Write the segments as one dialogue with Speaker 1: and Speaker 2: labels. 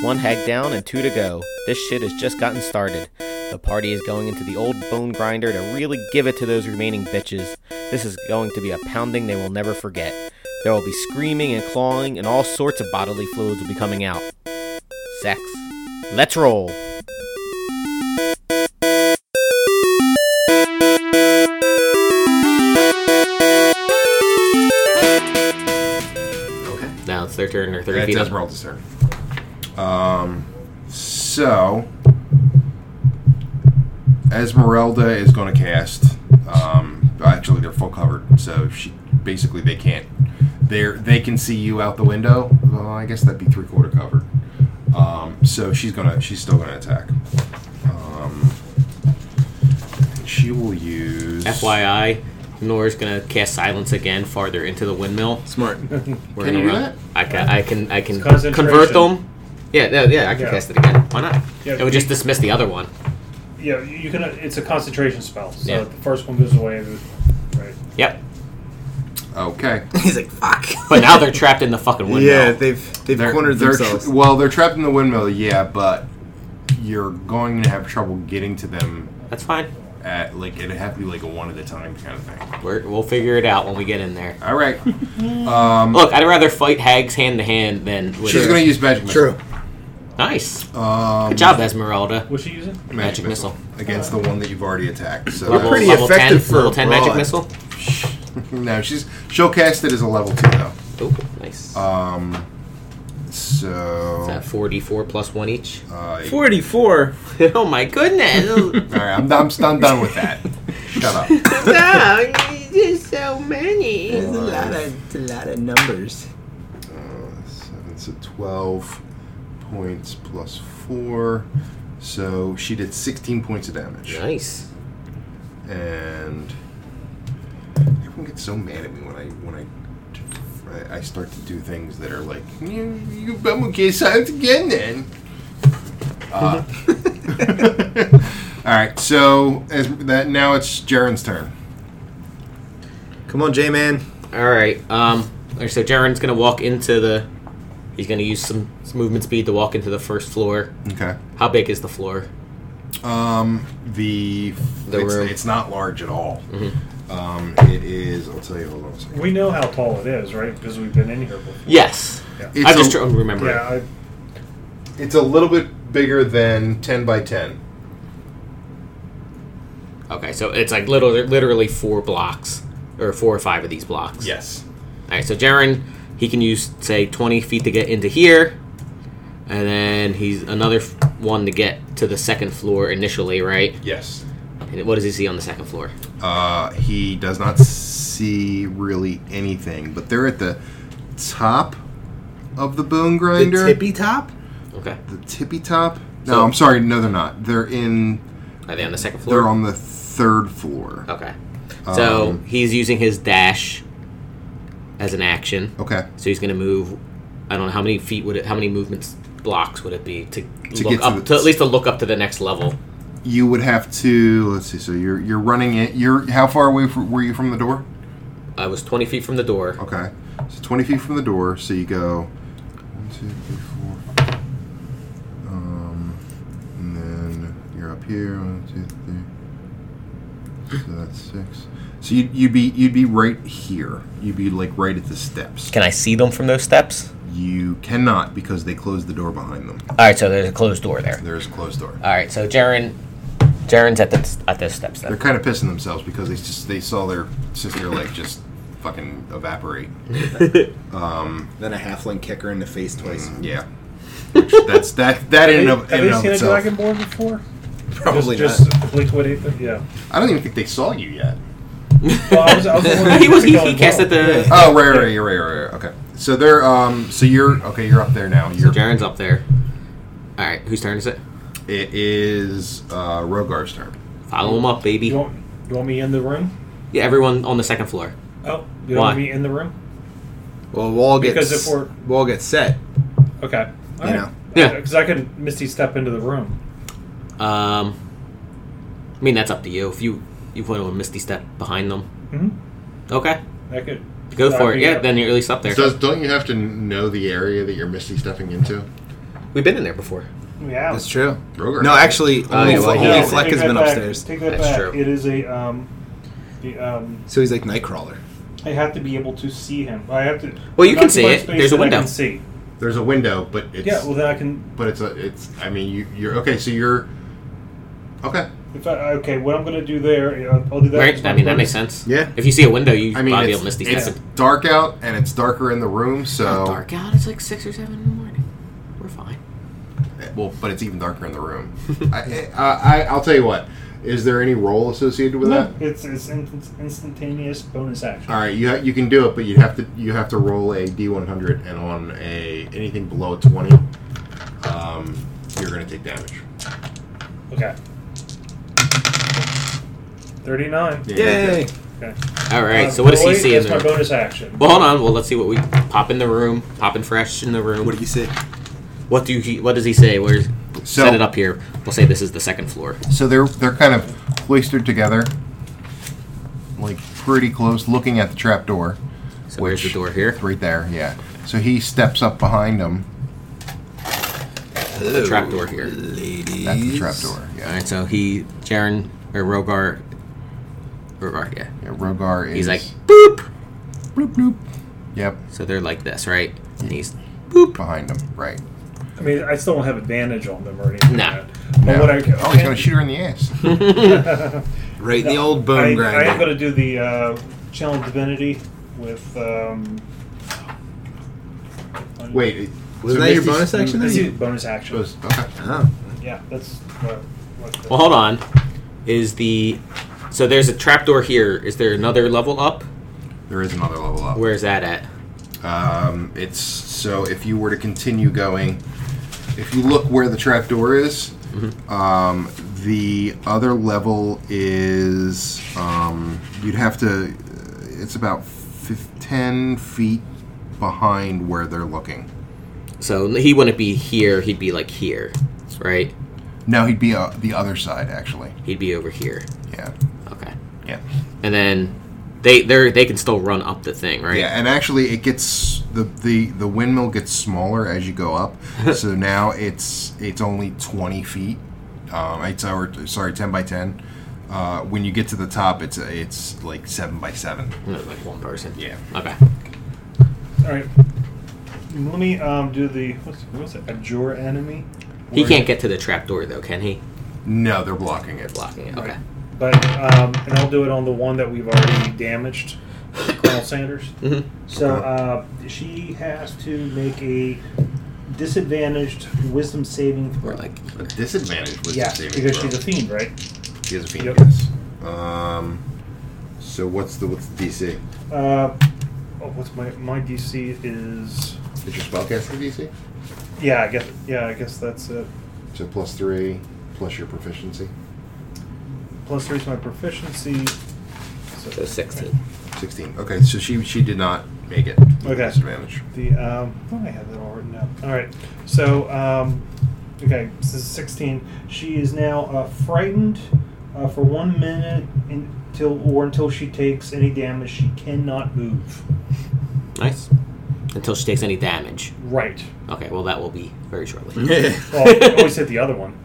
Speaker 1: One hag down and two to go. This shit has just gotten started. The party is going into the old bone grinder to really give it to those remaining bitches. This is going to be a pounding they will never forget. There will be screaming and clawing, and all sorts of bodily fluids will be coming out. Sex. Let's roll!
Speaker 2: Okay.
Speaker 3: Now it's their turn. They're thirty
Speaker 2: That's
Speaker 3: feet up.
Speaker 2: Esmeralda's turn. Um, so Esmeralda is going to cast. Um, actually, they're full covered, so she basically they can't. They're they can see you out the window. Well, I guess that'd be three quarter covered. Um, so she's gonna she's still gonna attack. Um, she will use.
Speaker 3: FYI, Nora's gonna cast silence again farther into the windmill.
Speaker 4: Smart.
Speaker 3: We're
Speaker 2: Can
Speaker 3: gonna
Speaker 2: you do
Speaker 3: run-
Speaker 2: that?
Speaker 3: I can. I can. I can
Speaker 5: It's concentration.
Speaker 3: convert them. Yeah, yeah, yeah. I can
Speaker 5: Yeah.
Speaker 3: cast it again. Why not?
Speaker 5: Yeah,
Speaker 3: it would just dismiss the other one.
Speaker 5: Yeah, you you can. It's a concentration spell. So
Speaker 3: Yeah.
Speaker 5: if the first one goes away. the- Right.
Speaker 3: Yep.
Speaker 2: Okay.
Speaker 4: He's like, fuck.
Speaker 3: But now they're trapped in the fucking windmill.
Speaker 4: yeah, they've they've cornered
Speaker 2: they're
Speaker 4: themselves.
Speaker 2: Tr- well, they're trapped in the windmill, yeah, but you're going to have trouble getting to them
Speaker 3: That's fine.
Speaker 2: at like it'd have to be like a one at a time kind of thing.
Speaker 3: We're, we'll figure it out when we get in there.
Speaker 2: All right,
Speaker 4: Um,
Speaker 3: Look, I'd rather fight hags hand to hand than. With
Speaker 2: she's going to use magic missile.
Speaker 4: True.
Speaker 3: Nice. Good
Speaker 2: Um,
Speaker 3: job, Esmeralda.
Speaker 5: What's she using?
Speaker 3: Magic missile.
Speaker 2: against the one that you've already attacked. So
Speaker 3: Level,
Speaker 4: pretty
Speaker 3: level ten.
Speaker 4: effective for
Speaker 3: level ten magic
Speaker 4: broad.
Speaker 3: missile.
Speaker 2: that's- no, she's she'll cast it as a level two though.
Speaker 3: Oh, nice.
Speaker 2: Um,
Speaker 3: Is
Speaker 4: Um,
Speaker 2: so
Speaker 3: that forty-four plus one each?
Speaker 2: uh, all
Speaker 4: Forty-four.
Speaker 3: oh my goodness!
Speaker 2: right, I'm, I'm, I'm done with that. Shut up.
Speaker 3: There's so many.
Speaker 4: It's a lot of it's a lot of numbers.
Speaker 2: seven, so 12 points plus four. So she did 16 points of damage.
Speaker 3: Nice.
Speaker 2: And everyone gets so mad at me when I when I I start to do things that are like, you, you I'm okay, science again then. Uh, all right, so as that now it's Jaren's turn.
Speaker 4: Come on, J-man.
Speaker 3: All right. Um. all right, So Jaren's gonna walk into the. He's gonna use some, some movement speed to walk into the first floor.
Speaker 2: Okay.
Speaker 3: How big is the floor?
Speaker 2: Um, the
Speaker 3: The
Speaker 2: it's,
Speaker 3: room.
Speaker 2: it's not large at all. Um, it is. I'll tell you. Hold on a second.
Speaker 5: We know how tall it is, right? Because we've been in here before.
Speaker 3: Yes.
Speaker 2: It's
Speaker 3: I'm just
Speaker 2: a,
Speaker 3: trying to remember. it.
Speaker 5: Yeah. I,
Speaker 2: it's a little bit bigger than ten by ten.
Speaker 3: Okay, so it's like literally, literally four blocks, or four or five of these blocks.
Speaker 2: Yes.
Speaker 3: All right, so Jaren, he can use say twenty feet to get into here, and then he's another f- one to get to the second floor initially, right?
Speaker 2: Yes.
Speaker 3: And what does he see on the second floor?
Speaker 2: Uh, he does not see really anything, but they're at the top of the bone
Speaker 4: The
Speaker 2: grinder.
Speaker 4: tippy top.
Speaker 3: Okay,
Speaker 2: The tippy top. No,
Speaker 3: So-
Speaker 2: I'm sorry. No, they're not. They're in.
Speaker 3: are they on the second floor?
Speaker 2: They're on the third floor.
Speaker 3: okay, so
Speaker 2: Um,
Speaker 3: he's using his dash as an action.
Speaker 2: Okay.
Speaker 3: So he's going to move. I don't know how many feet would it. How many movements blocks would it be to, look
Speaker 2: get to
Speaker 3: up
Speaker 2: the-
Speaker 3: to at least to look up to the next level?
Speaker 2: You would have to. Let's see. So you're you're running it. You're how far away fr were you from the door?
Speaker 3: I was twenty feet from the door.
Speaker 2: Okay. So 20 feet from the door, so you go. One, two, three, four. Um, and then you're up here. One, two, three. So that's six. So you'd, you'd be you'd be right here. You'd be like right at the steps.
Speaker 1: Can I see them from those steps?
Speaker 2: You cannot because they closed the door behind them.
Speaker 1: Alright, so there's a closed door there.
Speaker 2: There's a closed door.
Speaker 3: Alright, so Jaren. Jaren's at the at those steps
Speaker 2: They're
Speaker 3: then.
Speaker 2: kind of pissing themselves because they just they saw their sister like just fucking evaporate.
Speaker 4: Then a halfling kick her in the face twice.
Speaker 2: Yeah. Which, that's that that in and
Speaker 5: have
Speaker 2: of,
Speaker 5: they,
Speaker 2: in and
Speaker 5: have
Speaker 2: of
Speaker 5: they seen
Speaker 2: itself.
Speaker 5: a dragonborn before?
Speaker 4: Probably
Speaker 5: just,
Speaker 4: not.
Speaker 5: Just liquidate them. Yeah.
Speaker 2: I don't even think they saw you yet.
Speaker 5: Well, I was, I was wondering
Speaker 3: he was
Speaker 5: if
Speaker 3: he,
Speaker 5: they
Speaker 3: he
Speaker 5: got
Speaker 3: cast at
Speaker 5: involved.
Speaker 3: the.
Speaker 2: Oh right, right, right, right, right. right. Okay. So they're um. So you're okay. You're up there now.
Speaker 3: So
Speaker 2: You're.
Speaker 3: Jaren's up there. Alright, whose turn is it?
Speaker 2: It is uh, Rogar's turn.
Speaker 3: Follow him up, baby.
Speaker 5: You want, you want me in the room?
Speaker 3: Yeah, everyone on the second floor.
Speaker 5: Oh, you
Speaker 3: Why?
Speaker 5: want me in the room?
Speaker 4: Well, wall gets
Speaker 5: Because if we're-
Speaker 4: wall gets set.
Speaker 5: Okay. All
Speaker 4: You
Speaker 5: right.
Speaker 4: know.
Speaker 3: Yeah.
Speaker 5: Because I could Misty step into the room.
Speaker 3: Um I mean that's up to you. If you you put a misty step behind them.
Speaker 5: hmm
Speaker 3: Okay.
Speaker 5: I could.
Speaker 3: Go
Speaker 5: Uh,
Speaker 3: for it.
Speaker 5: yeah.
Speaker 3: Yeah, then you're at least up there.
Speaker 2: don't you have to know the area that you're misty stepping into?
Speaker 3: We We've been in there before.
Speaker 5: Yeah.
Speaker 6: That's true.
Speaker 2: Roger.
Speaker 6: No, actually,
Speaker 3: Oh,
Speaker 6: only,
Speaker 3: yeah, well,
Speaker 6: only
Speaker 3: yeah.
Speaker 6: Fleck
Speaker 5: take
Speaker 6: has
Speaker 5: that
Speaker 6: been
Speaker 5: back.
Speaker 6: upstairs.
Speaker 5: Take that
Speaker 3: That's
Speaker 5: back.
Speaker 3: true.
Speaker 5: It is a um, the um,
Speaker 6: So he's like Nightcrawler.
Speaker 5: I have to be able to see him. I have to.
Speaker 3: Well, you
Speaker 5: I'm
Speaker 3: can
Speaker 5: not
Speaker 3: see
Speaker 5: in
Speaker 3: it.
Speaker 5: space
Speaker 3: There's a
Speaker 5: that
Speaker 3: window.
Speaker 5: I can see.
Speaker 2: There's a window, but it's
Speaker 5: Yeah. Well, then I can.
Speaker 2: but it's a it's. I mean, you, you're okay. So you're okay.
Speaker 5: If I, okay, what I'm gonna do there, yeah, I'll do that.
Speaker 3: Right?
Speaker 5: Just
Speaker 3: I
Speaker 5: one
Speaker 3: mean, that
Speaker 5: purpose.
Speaker 3: makes sense.
Speaker 2: Yeah.
Speaker 3: If you see a window, you
Speaker 2: I mean,
Speaker 3: might be
Speaker 2: it's,
Speaker 3: able to miss these
Speaker 2: it's
Speaker 3: things.
Speaker 2: dark out and it's darker in the room. So
Speaker 3: dark out. It's like six or seven in the morning. We're fine.
Speaker 2: well, but it's even darker in the room. I, I, I I'll tell you what. Is there any role associated with that?
Speaker 5: It's it's instant, instantaneous bonus action.
Speaker 2: All right, you ha- you can do it, but you have to you have to roll a d100, and on a anything below a 20, um, you're gonna take damage.
Speaker 5: Okay. Thirty-nine.
Speaker 2: Yeah,
Speaker 6: Yay!
Speaker 5: Okay.
Speaker 3: All right.
Speaker 5: Uh,
Speaker 3: so what does he
Speaker 5: Void
Speaker 3: see in
Speaker 5: is
Speaker 3: the
Speaker 5: my
Speaker 3: room?
Speaker 5: bonus action.
Speaker 3: Well, hold on. Well, let's see what we pop in the room. Popping fresh in the room.
Speaker 6: What do you see?
Speaker 3: What do he? What does he say? Where's
Speaker 2: So-
Speaker 3: set it up here? We'll say this is the second floor.
Speaker 2: So they're they're kind of cloistered together, like pretty close, looking at the trap door.
Speaker 3: So where's the door here?
Speaker 2: It's right there. Yeah. So he steps up behind them. Oh.
Speaker 3: The trap door here.
Speaker 6: Ladies.
Speaker 2: That's the trap door.
Speaker 3: All
Speaker 2: Yeah.
Speaker 3: right. So he, Jaren or Rogar. Rogar, yeah.
Speaker 2: yeah Rogar is.
Speaker 3: He's like boop.
Speaker 2: bloop bloop. Yep,
Speaker 3: So they're like this, right? And he's
Speaker 2: behind him. Right.
Speaker 5: I mean, I still don't have advantage on them or anything.
Speaker 3: Nah.
Speaker 5: like that. But
Speaker 2: Now-
Speaker 5: what I can,
Speaker 2: oh, he's gonna shoot her in the ass.
Speaker 6: Right in the old bone
Speaker 5: I, I am
Speaker 6: grinder.
Speaker 5: gonna do the uh, channel divinity with. Um,
Speaker 2: Wait.
Speaker 6: Wasn't that your bonus action
Speaker 5: That's
Speaker 6: then?
Speaker 5: a bonus action.
Speaker 2: Was, okay.
Speaker 6: Oh.
Speaker 5: Yeah, that's what. what the-
Speaker 3: Well, hold on. Is the so there's a trapdoor here? Is there another level up?
Speaker 2: There is another level up.
Speaker 3: Where is that at?
Speaker 2: Um, it's so if you were to continue going, if you look where the trapdoor is, um, the other level is um, you'd have to. uh, It's about fif- ten feet behind where they're looking.
Speaker 3: So he wouldn't be here. He'd be like here, right?
Speaker 2: No, he'd be uh, the other side actually.
Speaker 3: He'd be over here.
Speaker 2: Yeah,
Speaker 3: Okay.
Speaker 2: yeah,
Speaker 3: And then they they are they can still run up the thing, right?
Speaker 2: yeah. And actually, it gets the the the windmill gets smaller as you go up. so now it's it's only twenty feet. Um, it's our sorry, ten by ten. Uh, when you get to the top, it's it's like seven by seven.
Speaker 3: And there's, like one person.
Speaker 2: Yeah.
Speaker 3: Okay.
Speaker 5: All right. Let me um, do the what's what's it? Abjure enemy.
Speaker 3: He can't get to the trapdoor though, can he?
Speaker 2: No, they're blocking it.
Speaker 3: Blocking it. Okay.
Speaker 5: But um, and I'll do it on the one that we've already damaged, Colonel Sanders.
Speaker 3: Mhm.
Speaker 5: So uh, she has to make a disadvantaged wisdom saving
Speaker 3: Or
Speaker 5: throw.
Speaker 3: like
Speaker 2: A disadvantage was
Speaker 5: yeah,
Speaker 2: the saving
Speaker 5: because
Speaker 2: throw.
Speaker 5: she's a fiend, right?
Speaker 2: she has a fiend.
Speaker 5: Yep.
Speaker 2: Yes. Um, so what's the what's the DC?
Speaker 5: Uh, oh, what's my my DC is?
Speaker 2: Is your spellcaster DC?
Speaker 5: Yeah, I guess. Yeah, I guess that's it.
Speaker 2: So plus three, plus your proficiency,
Speaker 5: Plus three is my proficiency.
Speaker 3: so sixteen.
Speaker 2: sixteen. Okay, so she she did not make it.
Speaker 5: Okay.
Speaker 2: Disadvantage.
Speaker 5: The um, oh, I have that all written down. All right, so um, okay, this is sixteen. She is now uh, frightened uh, for one minute until or until she takes any damage. She cannot move.
Speaker 3: Nice. Until she takes any damage.
Speaker 5: Right.
Speaker 3: Okay. Well, that will be very shortly.
Speaker 6: Yeah.
Speaker 5: Well, I always hit the other one.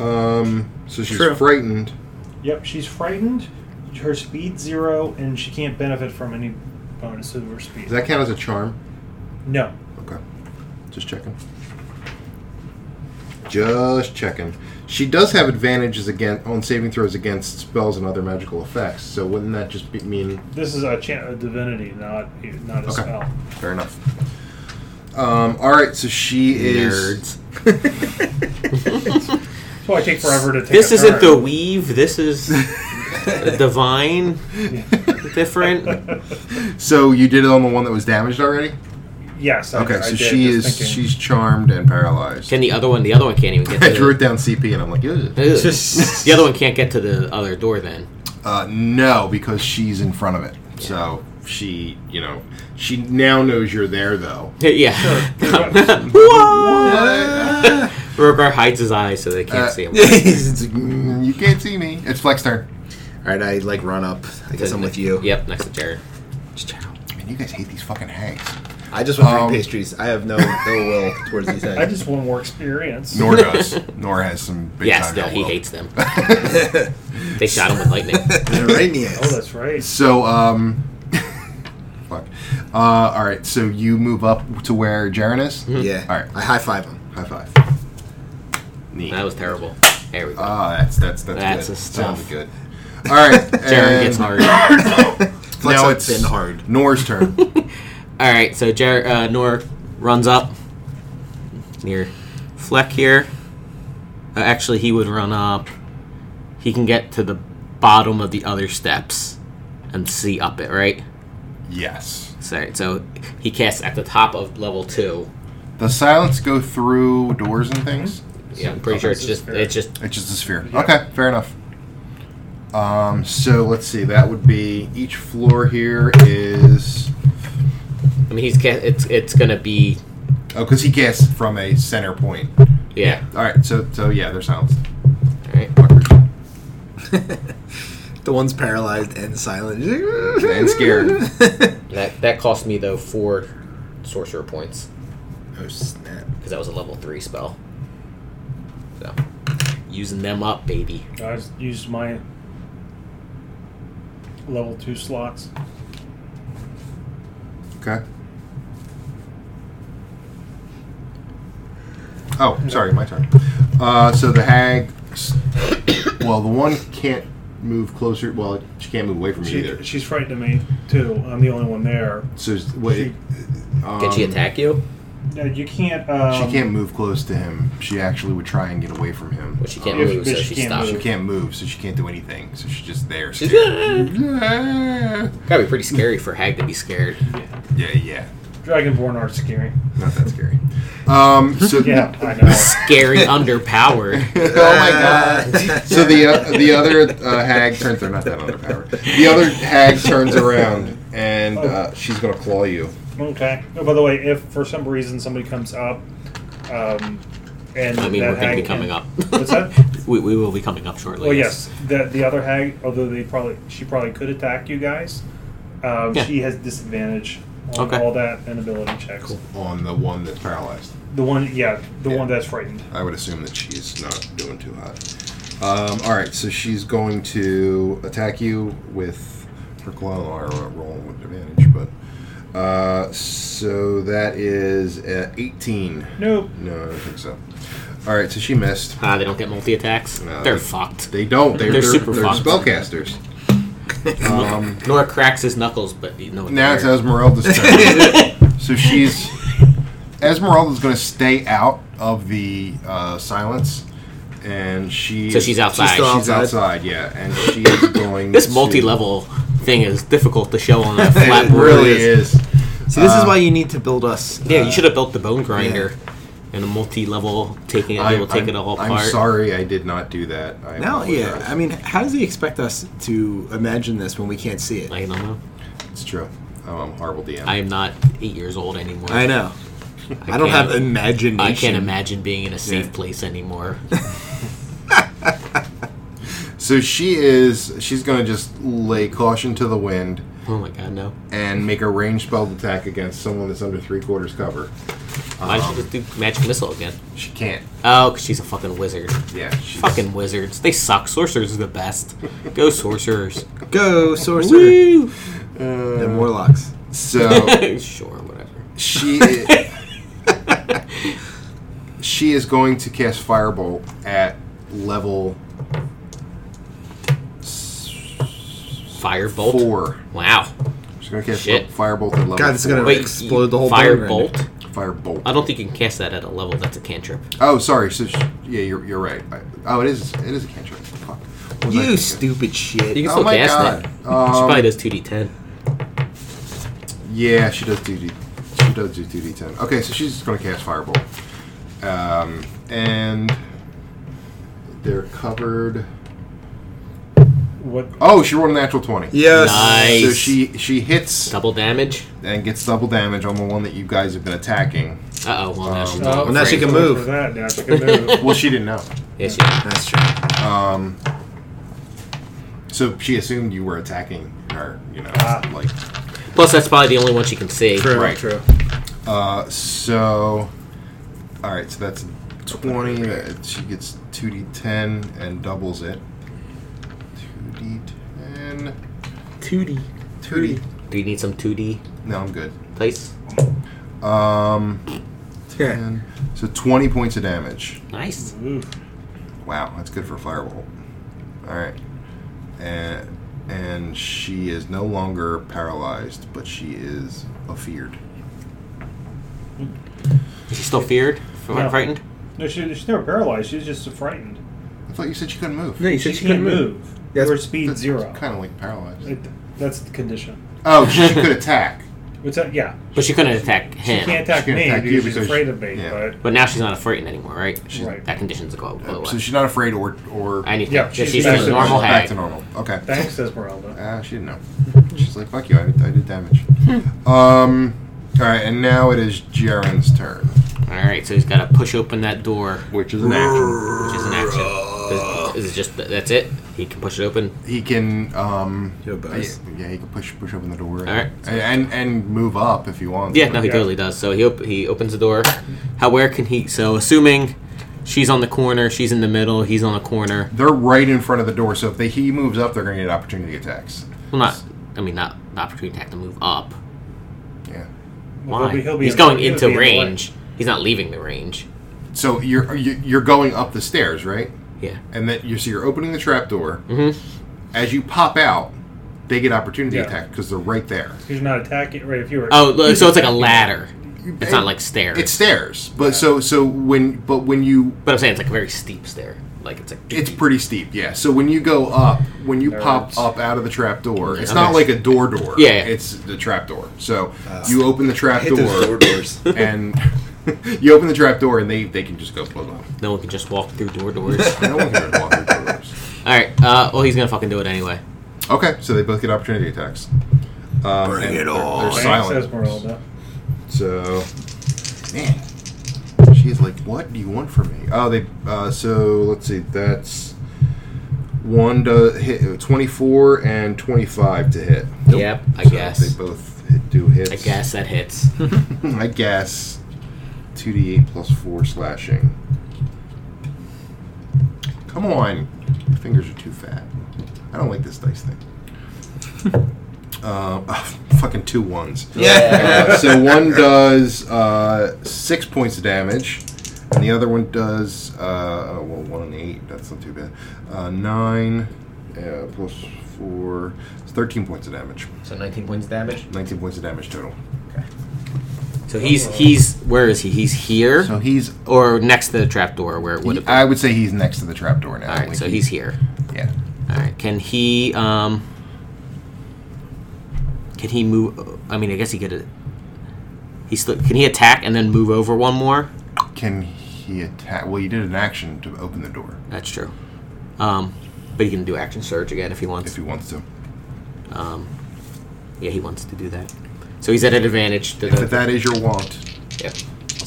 Speaker 2: Um, so she's
Speaker 6: True.
Speaker 2: frightened.
Speaker 5: Yep, she's frightened. Her speed zero, and she can't benefit from any bonus to her speed.
Speaker 2: Does that count as a charm?
Speaker 5: no.
Speaker 2: Okay. Just checking. Just checking. She does have advantages against on saving throws against spells and other magical effects. So wouldn't that just be, mean?
Speaker 5: This is a, chan a divinity, not not a
Speaker 2: Okay.
Speaker 5: spell.
Speaker 2: Fair enough. Um, all right. So she is.
Speaker 3: Nerds.
Speaker 5: That's why I take forever to take.
Speaker 3: This
Speaker 5: a
Speaker 3: isn't the
Speaker 5: turn.
Speaker 3: weave. This is divine. Different.
Speaker 2: So you did it on the one that was damaged already.
Speaker 5: Yes. I,
Speaker 2: Okay.
Speaker 5: I
Speaker 2: so
Speaker 5: did,
Speaker 2: she
Speaker 5: just
Speaker 2: is.
Speaker 5: thinking.
Speaker 2: She's charmed and paralyzed.
Speaker 3: Can the other one? The other one can't even get. To
Speaker 2: I drew it
Speaker 3: the,
Speaker 2: down CP, and I'm like, Ugh.
Speaker 3: Ugh. the other one can't get to the other door. Then
Speaker 2: Uh, no, because she's in front of it. So she, you know, she now knows you're there, though.
Speaker 3: yeah.
Speaker 2: What?
Speaker 3: Rogar hides his eyes so they can't
Speaker 2: Uh,
Speaker 3: see him.
Speaker 2: It's like, "Mm, you can't see me. It's Flex turn.
Speaker 6: Alright, I like run up. I guess I'm with you.
Speaker 3: Yep, next to Jared. Just Jared.
Speaker 2: Man, you guys hate these fucking hags.
Speaker 6: I just want to
Speaker 2: Um,
Speaker 6: drink pastries. I have no ill will towards these
Speaker 5: I
Speaker 6: things.
Speaker 5: just want more experience.
Speaker 2: Nor does. Nor has some big
Speaker 3: yes,
Speaker 2: time
Speaker 3: no,
Speaker 2: help
Speaker 3: he
Speaker 2: up.
Speaker 3: hates them. they shot him with lightning.
Speaker 6: right in the ass.
Speaker 5: Oh, that's right.
Speaker 2: So, um, fuck. Uh, all right. So you move up to where Jaren is.
Speaker 3: Mm-hmm.
Speaker 6: yeah.
Speaker 2: All right.
Speaker 6: I high five him.
Speaker 2: High five. Neat.
Speaker 3: That was terrible. There we go.
Speaker 2: Ah, that's that's that's,
Speaker 3: That's
Speaker 2: good.
Speaker 3: a stuff.
Speaker 2: Sounded good. All right.
Speaker 3: Jaren gets
Speaker 2: and
Speaker 3: hard.
Speaker 6: Flex
Speaker 2: Now
Speaker 6: up
Speaker 2: it's
Speaker 6: been hard.
Speaker 2: Nor's turn.
Speaker 3: All right, so Jer- uh, Nor runs up near Fleck here. Uh, actually, he would run up. He can get to the bottom of the other steps and see up it, right?
Speaker 2: yes.
Speaker 3: Sorry, so he casts at the top of level two.
Speaker 2: Does silence go through doors and things?
Speaker 3: Yeah, I'm pretty sure it's just it's just
Speaker 2: It's just a sphere. Okay, fair enough. Um, so let's see. That would be each floor here is
Speaker 3: I mean he's ca- it's it's gonna be
Speaker 2: oh, because he casts from a center point.
Speaker 3: yeah.
Speaker 2: All right. So so yeah, they're silenced.
Speaker 3: All right.
Speaker 2: Fuckers.
Speaker 6: The one's paralyzed and silent
Speaker 2: And scared.
Speaker 3: That that cost me though four sorcerer points
Speaker 6: oh snap!
Speaker 3: because that was a level three spell. So using them up, baby.
Speaker 5: I just used my level two slots.
Speaker 2: Okay. Oh, sorry, my turn. Uh, so the hag, well, the one can't move closer. Well, she can't move away from me either.
Speaker 5: She, she's frightened me too. I'm the only one there.
Speaker 2: So is- wait, um,
Speaker 3: Can she attack you?
Speaker 5: No, you can't. Um,
Speaker 2: She can't move close to him. She actually would try and get away from him.
Speaker 3: Well, she can't
Speaker 5: If-
Speaker 3: move,
Speaker 5: but
Speaker 3: so
Speaker 5: she
Speaker 3: she's
Speaker 5: can't
Speaker 3: stopped.
Speaker 2: She
Speaker 5: move.
Speaker 2: can't move, so she can't do anything. So she's just there.
Speaker 3: She's
Speaker 2: scared.
Speaker 3: gotta
Speaker 2: yeah,
Speaker 3: be pretty scary for Hag to be scared.
Speaker 2: yeah,
Speaker 5: Dragonborn are scary.
Speaker 2: not that scary. Um, so
Speaker 5: Yeah, I know.
Speaker 3: Scary, underpowered.
Speaker 2: oh my god! So the uh, the other uh, hag turns. They're not that underpowered. The other hag turns around and uh, she's gonna claw you.
Speaker 5: okay. Oh, by the way, if for some reason somebody comes up, um, and
Speaker 3: I mean,
Speaker 5: that
Speaker 3: we're going to
Speaker 5: hag
Speaker 3: be coming up.
Speaker 5: What's that?
Speaker 3: we, we will be coming up shortly.
Speaker 5: Well, yes. The the other hag, although they probably she probably could attack you guys, um,
Speaker 3: Yeah.
Speaker 5: she has disadvantage on
Speaker 3: Okay.
Speaker 5: all that and ability checks.
Speaker 2: On the one that's paralyzed,
Speaker 5: The one, yeah, the
Speaker 2: Yeah.
Speaker 5: one that's frightened.
Speaker 2: I would assume that she's not doing too hot. Um, all right, so she's going to attack you with her claw or uh, roll with advantage, but. Uh, so that is uh, 18.
Speaker 5: Nope.
Speaker 2: No, I don't think so. All right, so she missed.
Speaker 3: Ah, they don't get multi attacks.
Speaker 2: No,
Speaker 3: They're
Speaker 2: they-
Speaker 3: fucked.
Speaker 2: They don't. They're,
Speaker 3: They're
Speaker 2: they're,
Speaker 3: super
Speaker 2: they're
Speaker 3: fucked.
Speaker 2: spellcasters. Um,
Speaker 3: Nor cracks his knuckles, but you know what?
Speaker 2: now it's Esmeralda's turn. so she's Esmeralda's going to stay out of the uh, silence, and she
Speaker 3: So she's outside.
Speaker 2: She's,
Speaker 6: still outside?
Speaker 2: outside, yeah, and she's going.
Speaker 3: This
Speaker 2: to-
Speaker 3: multi level thing is difficult to show on a flat
Speaker 2: It
Speaker 3: board.
Speaker 2: really is.
Speaker 6: See, this
Speaker 2: Uh,
Speaker 6: is why you need to build us.
Speaker 3: Yeah, you should have built the bone grinder and a multi level taking it,
Speaker 2: I-
Speaker 3: they will take
Speaker 2: I'm-
Speaker 3: it all
Speaker 2: I'm
Speaker 3: apart.
Speaker 2: sorry, I did not do that. I
Speaker 6: Now, yeah.
Speaker 2: apologize.
Speaker 6: I mean, how does he expect us to imagine this when we can't see it?
Speaker 3: I don't know.
Speaker 2: it's true. Oh, I'm a horrible DM.
Speaker 3: I am not eight years old anymore.
Speaker 6: I know. I,
Speaker 3: can't-
Speaker 6: don't have imagination.
Speaker 3: I can't imagine being in a safe
Speaker 6: Yeah.
Speaker 3: place anymore.
Speaker 2: So she is. She's going to just lay caution to the wind
Speaker 3: oh my god, no.
Speaker 2: and make a ranged spell attack against someone that's under three quarters cover.
Speaker 3: Why don't you just do magic missile again?
Speaker 2: She can't.
Speaker 3: Oh, 'cause she's a fucking wizard.
Speaker 2: Yeah. She's,
Speaker 3: Fucking wizards. They suck. Sorcerers are the best. Go sorcerers.
Speaker 6: Go, sorcerer
Speaker 3: Woo!
Speaker 6: and warlocks.
Speaker 2: So
Speaker 3: sure, whatever.
Speaker 2: she. she is going to cast firebolt at level
Speaker 3: Firebolt.
Speaker 2: four.
Speaker 3: Wow.
Speaker 2: She's going to cast
Speaker 3: Shit.
Speaker 2: firebolt at level.
Speaker 6: God, this is gonna
Speaker 2: four.
Speaker 3: Wait,
Speaker 6: explode the whole bone
Speaker 3: firebolt.
Speaker 2: firebolt.
Speaker 3: I don't think you can cast that at a level. That's a cantrip.
Speaker 2: Oh, sorry. So she, yeah, you're, you're right. I, oh, it is. It is a cantrip. Fuck. What was I thinking?
Speaker 6: You stupid
Speaker 3: You
Speaker 6: shit.
Speaker 3: can
Speaker 2: Oh
Speaker 3: still
Speaker 2: my
Speaker 3: cast
Speaker 2: God.
Speaker 3: it.
Speaker 2: Um,
Speaker 3: she probably does two d ten.
Speaker 2: Yeah, she does do D. She does do two D ten. Okay, so she's going to cast Fireball, um, and they're covered.
Speaker 5: What?
Speaker 2: Oh, she rolled a natural twenty.
Speaker 6: Yes.
Speaker 3: Nice.
Speaker 2: So she she hits
Speaker 3: Double damage.
Speaker 2: and gets double damage on the one that you guys have been attacking.
Speaker 3: Uh oh. Well, now she's
Speaker 2: Um,
Speaker 3: not
Speaker 6: now she
Speaker 3: afraid.
Speaker 6: can
Speaker 5: sorry
Speaker 6: move.
Speaker 5: for That. Now she can move.
Speaker 2: Well, she didn't know.
Speaker 3: Yeah, she-
Speaker 6: That's true.
Speaker 2: Um, so she assumed you were attacking her. You know,
Speaker 5: Ah.
Speaker 2: like
Speaker 3: Plus, that's probably the only one she can see.
Speaker 6: True.
Speaker 2: Right.
Speaker 6: True.
Speaker 2: Uh, so, all right. So that's twenty. That she gets two d ten and doubles it. Two d ten.
Speaker 3: 2D.
Speaker 2: Two d.
Speaker 3: Do you need some 2D
Speaker 2: No, I'm good.
Speaker 3: dice?
Speaker 2: Um,
Speaker 6: Yeah.
Speaker 2: 10. so twenty points of damage.
Speaker 3: Nice.
Speaker 5: Ooh.
Speaker 2: Wow, that's good for a firebolt. All right, and and she is no longer paralyzed, but she is afeared.
Speaker 3: Is she still feared? Fr-
Speaker 5: No.
Speaker 3: Frightened?
Speaker 5: No, she, she's never paralyzed. She's just frightened.
Speaker 2: I thought you said she couldn't move.
Speaker 6: No, you
Speaker 5: She,
Speaker 6: said she
Speaker 5: can't
Speaker 6: couldn't
Speaker 5: move.
Speaker 6: move.
Speaker 5: That's,
Speaker 6: That's-
Speaker 5: Her speed zero.
Speaker 2: Kind of like paralyzed.
Speaker 5: It, that's the condition.
Speaker 2: Oh, she could attack.
Speaker 5: What's that? Yeah,
Speaker 3: But she couldn't attack
Speaker 5: she
Speaker 3: him.
Speaker 5: can't attack
Speaker 2: She can't
Speaker 5: me
Speaker 2: attack
Speaker 5: because
Speaker 2: you
Speaker 5: she's
Speaker 2: because
Speaker 5: afraid
Speaker 2: she-
Speaker 5: of me.
Speaker 2: yeah.
Speaker 5: But
Speaker 3: But now she's not frightened anymore, right?
Speaker 5: right,
Speaker 3: That condition's go go
Speaker 2: So
Speaker 3: away.
Speaker 2: she's not afraid or or
Speaker 3: I need
Speaker 5: Yeah,
Speaker 3: to. She's,
Speaker 5: she's
Speaker 3: just
Speaker 5: back
Speaker 3: a
Speaker 5: to
Speaker 3: normal
Speaker 5: normal.
Speaker 2: Back to
Speaker 3: hag.
Speaker 2: normal. Okay.
Speaker 5: thanks, Esmeralda.
Speaker 2: Uh, she didn't know. She's like, fuck you. I did, I did damage. um. All right, and now it is Jaren's turn,
Speaker 3: Alright, so he's got to push open that door,
Speaker 2: which is an action.
Speaker 3: which is an action. Is- Is it just that's it? He can push it open.
Speaker 2: He can um.
Speaker 6: He'll buzz.
Speaker 2: Yeah, he can push push open the door. All
Speaker 3: right.
Speaker 2: And and, and move up if he wants.
Speaker 3: Yeah, no, he
Speaker 5: Yeah.
Speaker 3: totally does. So he op- he opens the door. How where can he? So assuming she's on the corner, she's in the middle, he's on the corner.
Speaker 2: They're right in front of the door, so if they, he moves up, they're gonna get opportunity attacks.
Speaker 3: Well, not. I mean, not the opportunity attack to move up.
Speaker 2: Yeah.
Speaker 5: Well,
Speaker 3: Why?
Speaker 5: he'll be- he'll be
Speaker 3: he's
Speaker 5: in-
Speaker 3: going
Speaker 5: he'll
Speaker 3: into
Speaker 5: be in the way.
Speaker 3: range. He's not leaving the range.
Speaker 2: So you're you- you're going up the stairs, right?
Speaker 3: Yeah.
Speaker 2: And then you so you're opening the trap door. As you pop out, they get opportunity
Speaker 5: Yeah.
Speaker 2: attack because they're right there.
Speaker 5: Because you're not attacking. Right, if you were.
Speaker 3: Oh, look, so it's like a ladder. It's not like stairs.
Speaker 2: It's stairs, but so so when but when you
Speaker 3: but I'm saying it's like a very steep stair. Like it's like
Speaker 2: it's pretty steep, yeah. So when you go up, when you pop
Speaker 5: Nerds.
Speaker 2: up out of the trap door, it's not
Speaker 3: Okay.
Speaker 2: like a door door.
Speaker 3: Yeah, yeah.
Speaker 2: it's the trap door. So you open the trap
Speaker 4: Hit those door
Speaker 2: door
Speaker 4: doors.
Speaker 2: and you open the trap door and they they can just go blow up.
Speaker 3: no one can just walk through door doors.
Speaker 2: No one can walk through door doors.
Speaker 3: All right. Uh, well, he's gonna fucking do it anyway.
Speaker 2: Okay, so they both get opportunity attacks. Um,
Speaker 6: Bring
Speaker 2: and
Speaker 6: it
Speaker 2: they're-
Speaker 6: on.
Speaker 2: They're
Speaker 5: Thanks,
Speaker 2: silent.
Speaker 5: Esmeralda.
Speaker 2: So, man, she's like, "What do you want from me?" Oh, they. Uh, so let's see. That's one to hit twenty-four and twenty-five to hit.
Speaker 3: Yep. I
Speaker 2: So
Speaker 3: guess.
Speaker 2: they both hit, do hits.
Speaker 3: I guess that hits.
Speaker 2: Hmm, I guess. Two d eight plus four slashing. Come on, My fingers are too fat. I don't like this dice thing. uh, fucking two ones.
Speaker 4: Yeah.
Speaker 2: Uh, so one does uh, six points of damage, and the other one does uh, well one and eight. That's not too bad. Uh, nine uh, plus four, it's thirteen points of damage.
Speaker 3: so 19 points damage.
Speaker 2: Nineteen points of damage total.
Speaker 3: So he's he's where is he? He's here
Speaker 2: So he's.
Speaker 3: or next to the trapdoor where it would have been.
Speaker 2: I would say he's next to the trapdoor now.
Speaker 3: All right.
Speaker 2: Like,
Speaker 3: So he's here.
Speaker 2: yeah.
Speaker 3: All right. Can he um? Can he move? I mean, I guess he could. uh, He still can he attack and then move over one more?
Speaker 2: Can he attack? Well, you did an action to open the door
Speaker 3: That's true. Um, but he can do action surge again if he wants.
Speaker 2: if he wants to.
Speaker 3: Um, yeah, he wants to do that. So he's at an advantage. To
Speaker 2: If
Speaker 3: the,
Speaker 2: that is your want.
Speaker 3: yep.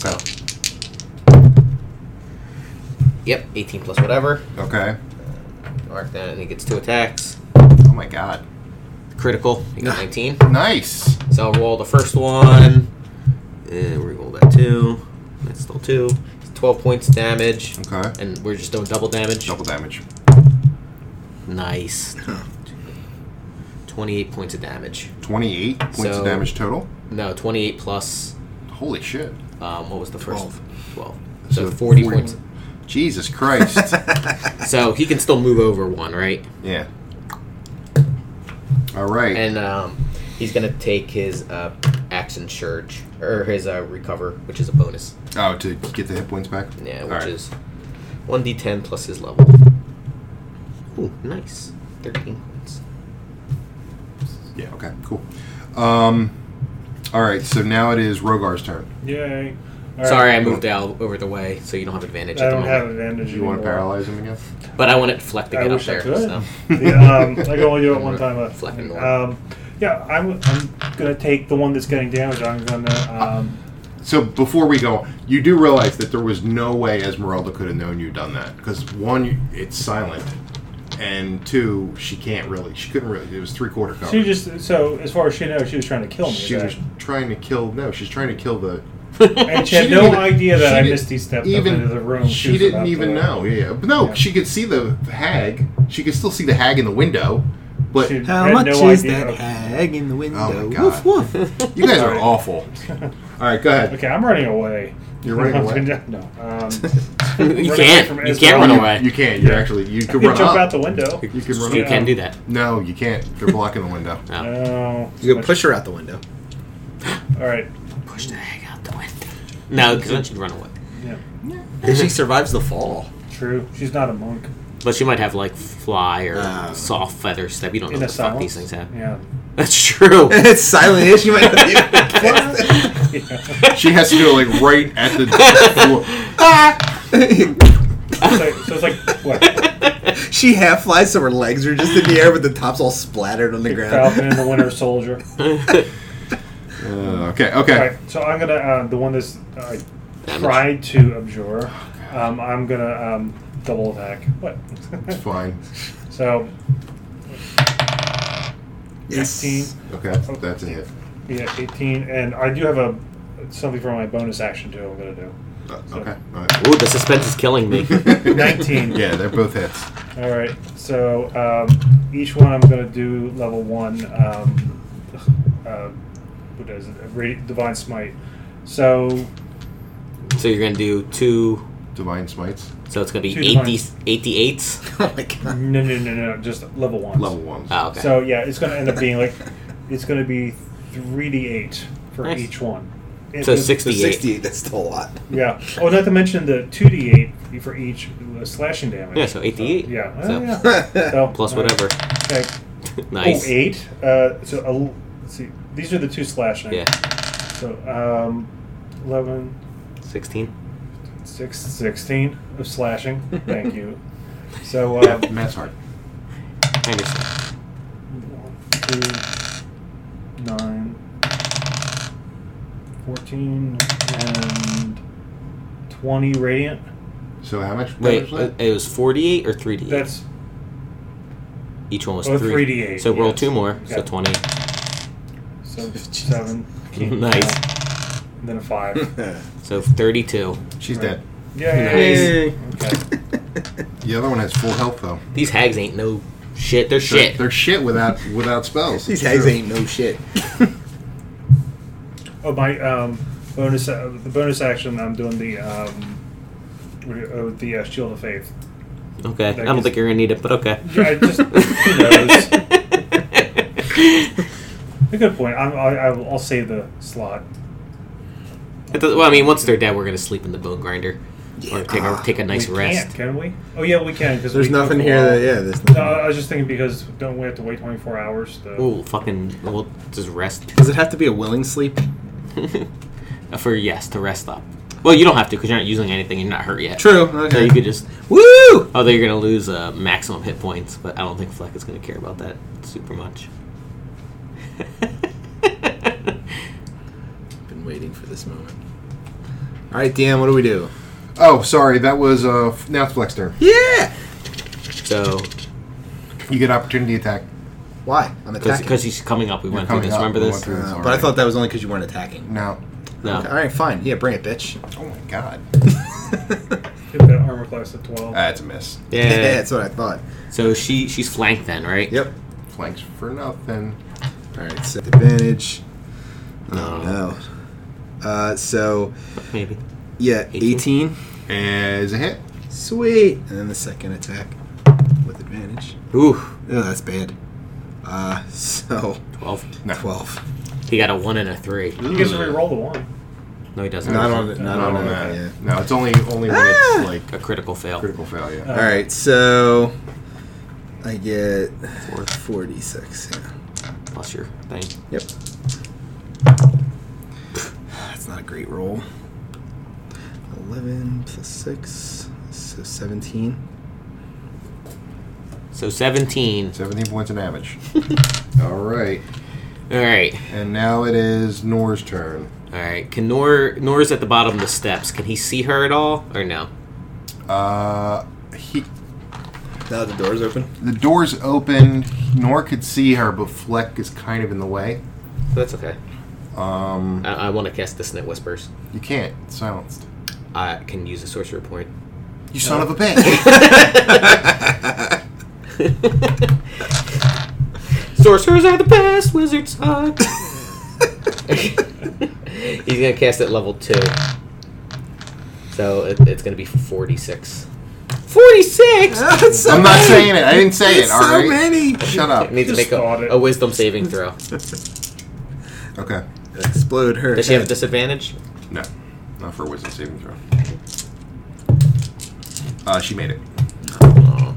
Speaker 2: Okay.
Speaker 3: Yep. 18 plus whatever.
Speaker 2: Okay.
Speaker 3: Mark that, and he gets two attacks.
Speaker 2: Oh my god.
Speaker 3: Critical. He got 19.
Speaker 2: Nice.
Speaker 3: So I'll roll the first one. And we roll that two. That's still two. It's 12 points damage.
Speaker 2: Okay.
Speaker 3: And we're just doing double damage.
Speaker 2: Double damage.
Speaker 3: Nice. 28 points of damage.
Speaker 2: 28 points
Speaker 3: So-
Speaker 2: of damage total.
Speaker 3: No, 28 plus,
Speaker 2: Holy shit.
Speaker 3: um, what was the first? 12. So,
Speaker 2: So
Speaker 3: 40,
Speaker 2: 40.
Speaker 3: points.
Speaker 2: Jesus Christ.
Speaker 3: So he can still move over one, right?
Speaker 2: yeah. All right.
Speaker 3: And um, he's going to take his uh, action surge, or his uh, recover, which is a bonus.
Speaker 2: oh, to get the hit points back?
Speaker 3: Yeah,
Speaker 2: All
Speaker 3: which
Speaker 2: right.
Speaker 3: is 1d10 plus his level. Ooh, nice. 13 points.
Speaker 2: Yeah, okay, cool. Um, all right, so now it is Rogar's turn.
Speaker 5: Yay! All right.
Speaker 3: Sorry, I moved out over the way, so you don't have advantage
Speaker 5: I
Speaker 3: at the
Speaker 5: don't have
Speaker 3: moment.
Speaker 5: advantage.
Speaker 2: Do you want to
Speaker 5: anymore.
Speaker 2: paralyze him again?
Speaker 3: But I want it Fleck to
Speaker 5: I
Speaker 3: get up
Speaker 5: wish I
Speaker 3: there.
Speaker 5: could.
Speaker 3: So.
Speaker 5: yeah, um, I can only do it one time. Left.
Speaker 3: Flapping door.
Speaker 5: Um, yeah, I'm, I'm gonna take the one that's getting damaged. I'm gonna. Um,
Speaker 2: So before we go, you do realize that there was no way Esmeralda could have known you'd done that because one, you- it's silent, and two, she can't really. She couldn't really. It was three quarter cover.
Speaker 5: She just so as far as she knows, she was trying to kill me.
Speaker 2: She
Speaker 5: is that-
Speaker 2: was trying to kill. No, she's trying to kill the.
Speaker 5: and
Speaker 2: She
Speaker 5: she had
Speaker 2: didn't
Speaker 5: no
Speaker 2: even-
Speaker 5: idea that
Speaker 2: she
Speaker 5: I
Speaker 2: didn't
Speaker 5: missed stepped
Speaker 2: even-
Speaker 5: up into the room.
Speaker 2: She,
Speaker 5: was
Speaker 2: didn't
Speaker 5: about
Speaker 2: even
Speaker 5: to- uh,
Speaker 2: know. Yeah, but no,
Speaker 5: Yeah.
Speaker 2: she could see the hag. She could still see the hag in the window. But
Speaker 5: She
Speaker 6: How
Speaker 5: had
Speaker 6: much
Speaker 5: no
Speaker 6: is
Speaker 5: idea.
Speaker 6: that hag in the window?
Speaker 2: God.
Speaker 6: Woof woof.
Speaker 2: you guys are
Speaker 5: Sorry.
Speaker 2: awful. All right, go ahead.
Speaker 5: Okay, I'm running away.
Speaker 2: You're running away?
Speaker 5: no, um,
Speaker 3: you
Speaker 5: away
Speaker 3: can't.
Speaker 5: from
Speaker 3: You
Speaker 5: Ezra.
Speaker 3: can't run
Speaker 2: You-
Speaker 3: away.
Speaker 2: You can. You're
Speaker 5: Yeah.
Speaker 2: actually. You
Speaker 5: you
Speaker 2: can run
Speaker 5: jump
Speaker 2: up.
Speaker 5: out the window.
Speaker 2: You can run
Speaker 3: You
Speaker 2: up.
Speaker 3: can do that.
Speaker 2: No, you can't. They're blocking the window.
Speaker 3: No.
Speaker 5: No.
Speaker 6: You go push her out the window.
Speaker 5: All right.
Speaker 3: Push the hag out the window. No, because then she'd run away.
Speaker 5: Yeah.
Speaker 6: And she survives the fall.
Speaker 5: True. She's not a monk.
Speaker 3: But she might have like fly or
Speaker 6: Ah.
Speaker 3: soft feather step. You don't know
Speaker 5: In
Speaker 3: what
Speaker 5: a
Speaker 3: the fuck
Speaker 5: silence.
Speaker 3: these things have.
Speaker 5: Yeah.
Speaker 3: That's true.
Speaker 6: it's silent. She might not even
Speaker 2: She has to go like right at the floor.
Speaker 5: So, so it's like what?
Speaker 6: She half flies, so her legs are just in the air, but the top's all splattered on the ground.
Speaker 5: Falcon and the Winter Soldier.
Speaker 2: Uh, okay,
Speaker 5: All
Speaker 2: okay.
Speaker 5: right. So I'm gonna uh, the one that's uh, tried to abjure.
Speaker 2: Oh,
Speaker 5: Um, I'm gonna um, double attack. What?
Speaker 2: It's fine.
Speaker 5: so
Speaker 6: Yes.
Speaker 5: 18.
Speaker 2: Okay, that's a hit.
Speaker 5: Yeah, 18, and I do have a something for my bonus action too. I'm gonna do
Speaker 2: Uh, okay, all right.
Speaker 3: Ooh, the suspense is killing me.
Speaker 5: 19.
Speaker 2: Yeah, they're both hits.
Speaker 5: All right, so um, each one I'm gonna do level one. Um, uh, what is it? Ra- Divine smite. So
Speaker 3: so you're gonna do two.
Speaker 2: Divine smites,
Speaker 3: So it's gonna be
Speaker 5: Two
Speaker 3: 80, 88s.
Speaker 6: Oh my god.
Speaker 5: no, no, no, no, just level one.
Speaker 2: level ones.
Speaker 3: Oh, okay.
Speaker 5: So yeah, it's gonna end up being like it's gonna be three d eight for
Speaker 3: Nice.
Speaker 5: each one. It-
Speaker 3: so
Speaker 5: it-
Speaker 6: So
Speaker 3: 68.
Speaker 6: 68, that's still a lot.
Speaker 5: Yeah. Oh, not to mention the two d eight for each uh, slashing damage.
Speaker 3: Yeah, so 88.
Speaker 5: yeah. Oh,
Speaker 3: So-
Speaker 5: yeah. So,
Speaker 3: Plus
Speaker 5: all right.
Speaker 3: whatever.
Speaker 5: Okay.
Speaker 3: nice.
Speaker 5: Oh, eight. Uh, so el- let's see. These are the two slashing.
Speaker 3: Yeah.
Speaker 5: So um, 11,
Speaker 3: 16.
Speaker 5: six- 16 of slashing. Thank you. So
Speaker 2: Yeah,
Speaker 5: um,
Speaker 2: math's hard.
Speaker 3: I understand.
Speaker 5: one, two, nine, 14, and 20 radiant.
Speaker 2: So how much? damage
Speaker 3: Wait,
Speaker 2: was
Speaker 3: uh, it was 48 or 3D?
Speaker 5: That's
Speaker 3: Each one was
Speaker 5: Oh,
Speaker 3: 3
Speaker 5: 3D8,
Speaker 3: So roll
Speaker 5: yes.
Speaker 3: two more. So
Speaker 5: Yeah.
Speaker 3: 20.
Speaker 5: so seven.
Speaker 3: Nice.
Speaker 5: And then a five.
Speaker 3: So 32.
Speaker 2: that? She's
Speaker 5: Right.
Speaker 2: dead.
Speaker 5: Yay! Okay.
Speaker 2: The other one has full health though.
Speaker 3: These hags ain't no shit. They're
Speaker 2: They're-
Speaker 3: shit.
Speaker 2: They're, shit without without spells.
Speaker 6: These hags ain't no shit.
Speaker 5: Oh, my um, bonus uh, the bonus action. I'm doing the um, what do you- oh, the uh, shield of faith.
Speaker 3: okay.
Speaker 5: That
Speaker 3: I don't
Speaker 5: is-
Speaker 3: think you're going to need it, but okay.
Speaker 5: Yeah, I just who knows. A good point. I'm, I, I will, I'll save the slot.
Speaker 3: It does- well, I mean, once they're dead, we're going to sleep in the bone grinder. Or take a, take a nice
Speaker 5: we
Speaker 3: rest.
Speaker 5: Can't, can we? Oh yeah, we can. Because
Speaker 6: There's nothing here that, yeah, there's
Speaker 5: No,
Speaker 6: nothing.
Speaker 5: I was just thinking because don't we have to wait 24 hours? To,
Speaker 3: Ooh, fucking. We'll just rest.
Speaker 6: Does it have to be a willing sleep?
Speaker 3: For yes, to rest up. Well, you don't have to because you're not using anything. You're not hurt yet.
Speaker 6: True.
Speaker 3: So
Speaker 6: Okay.
Speaker 3: you could just.
Speaker 6: Woo!
Speaker 3: Although you're going to lose uh, maximum hit points, but I don't think Fleck is going to care about that super much.
Speaker 6: Been waiting for this moment. All right, Dan, what do we do?
Speaker 2: Oh, sorry, that was uh f- now it's Flex turn.
Speaker 6: Yeah.
Speaker 3: so,
Speaker 2: You get opportunity attack.
Speaker 6: Why? I'm attacking.
Speaker 3: because he's coming up, we went through
Speaker 2: coming
Speaker 3: this.
Speaker 2: up,
Speaker 3: Remember
Speaker 2: we
Speaker 3: this?
Speaker 2: went through this
Speaker 6: Uh, but I
Speaker 2: already.
Speaker 6: thought that was only because you weren't attacking.
Speaker 2: No.
Speaker 3: No.
Speaker 6: All right, fine. Yeah, bring it, bitch.
Speaker 2: Oh my god.
Speaker 5: Hit that armor class at
Speaker 3: Ah.
Speaker 5: 12.
Speaker 2: That's a miss.
Speaker 3: Yeah.
Speaker 6: that's what I thought.
Speaker 3: So she she's flanked then, right?
Speaker 6: Yep.
Speaker 2: Flanks for nothing.
Speaker 6: All right, so advantage.
Speaker 3: No.
Speaker 6: Oh no. Uh, so
Speaker 3: Maybe.
Speaker 6: yeah,
Speaker 3: 18.
Speaker 6: eighteen.
Speaker 2: Is a hit.
Speaker 6: Sweet. And then the second attack with advantage.
Speaker 3: Ooh,
Speaker 6: Oh, that's bad. Uh, so
Speaker 3: twelve.
Speaker 2: No.
Speaker 6: twelve.
Speaker 3: He got a one and a three.
Speaker 5: You guys re-roll the one.
Speaker 3: No, he doesn't.
Speaker 6: Not on. Not,
Speaker 2: Not
Speaker 6: on,
Speaker 2: on
Speaker 6: that.
Speaker 2: that.
Speaker 6: Yeah.
Speaker 2: No, it's only only when
Speaker 6: Ah!
Speaker 2: it's like
Speaker 3: a critical fail.
Speaker 2: critical failure.
Speaker 5: Uh,
Speaker 6: All right, so I get forty-six. Yeah.
Speaker 3: Plus your thing.
Speaker 6: Yep. That's not a great roll. 11 plus 6, so 17.
Speaker 3: So seventeen.
Speaker 2: Seventeen points of damage. All right,
Speaker 3: All right.
Speaker 2: and now it is Nor's turn.
Speaker 3: All right. Can Nor Nor's at the bottom of the steps? Can he see her at all or no?
Speaker 2: Uh, he.
Speaker 6: Now the door's open.
Speaker 2: The door's open. Nor could see her, but Fleck is kind of in the way.
Speaker 3: That's okay.
Speaker 2: Um,
Speaker 3: I, I want to cast Dissonant Whispers.
Speaker 2: you can't. It's silenced.
Speaker 3: I can use a sorcerer point.
Speaker 2: You son of a bitch.
Speaker 3: Sorcerers are the best, wizards suck. He's gonna cast at level two, so it, it's gonna be forty-six. Forty-six.
Speaker 6: That's so
Speaker 2: I'm not
Speaker 6: many.
Speaker 2: saying it. I didn't say
Speaker 6: It's
Speaker 2: it. All
Speaker 6: so
Speaker 2: right.
Speaker 6: many.
Speaker 2: Shut up.
Speaker 3: It needs to
Speaker 5: Just
Speaker 3: make
Speaker 5: thought
Speaker 3: a,
Speaker 5: it.
Speaker 3: a wisdom saving throw.
Speaker 2: Okay.
Speaker 6: Explode her.
Speaker 3: Does she have a
Speaker 6: head.
Speaker 3: disadvantage?
Speaker 2: No, not for a wisdom saving throw. Uh, she made it.
Speaker 3: Oh.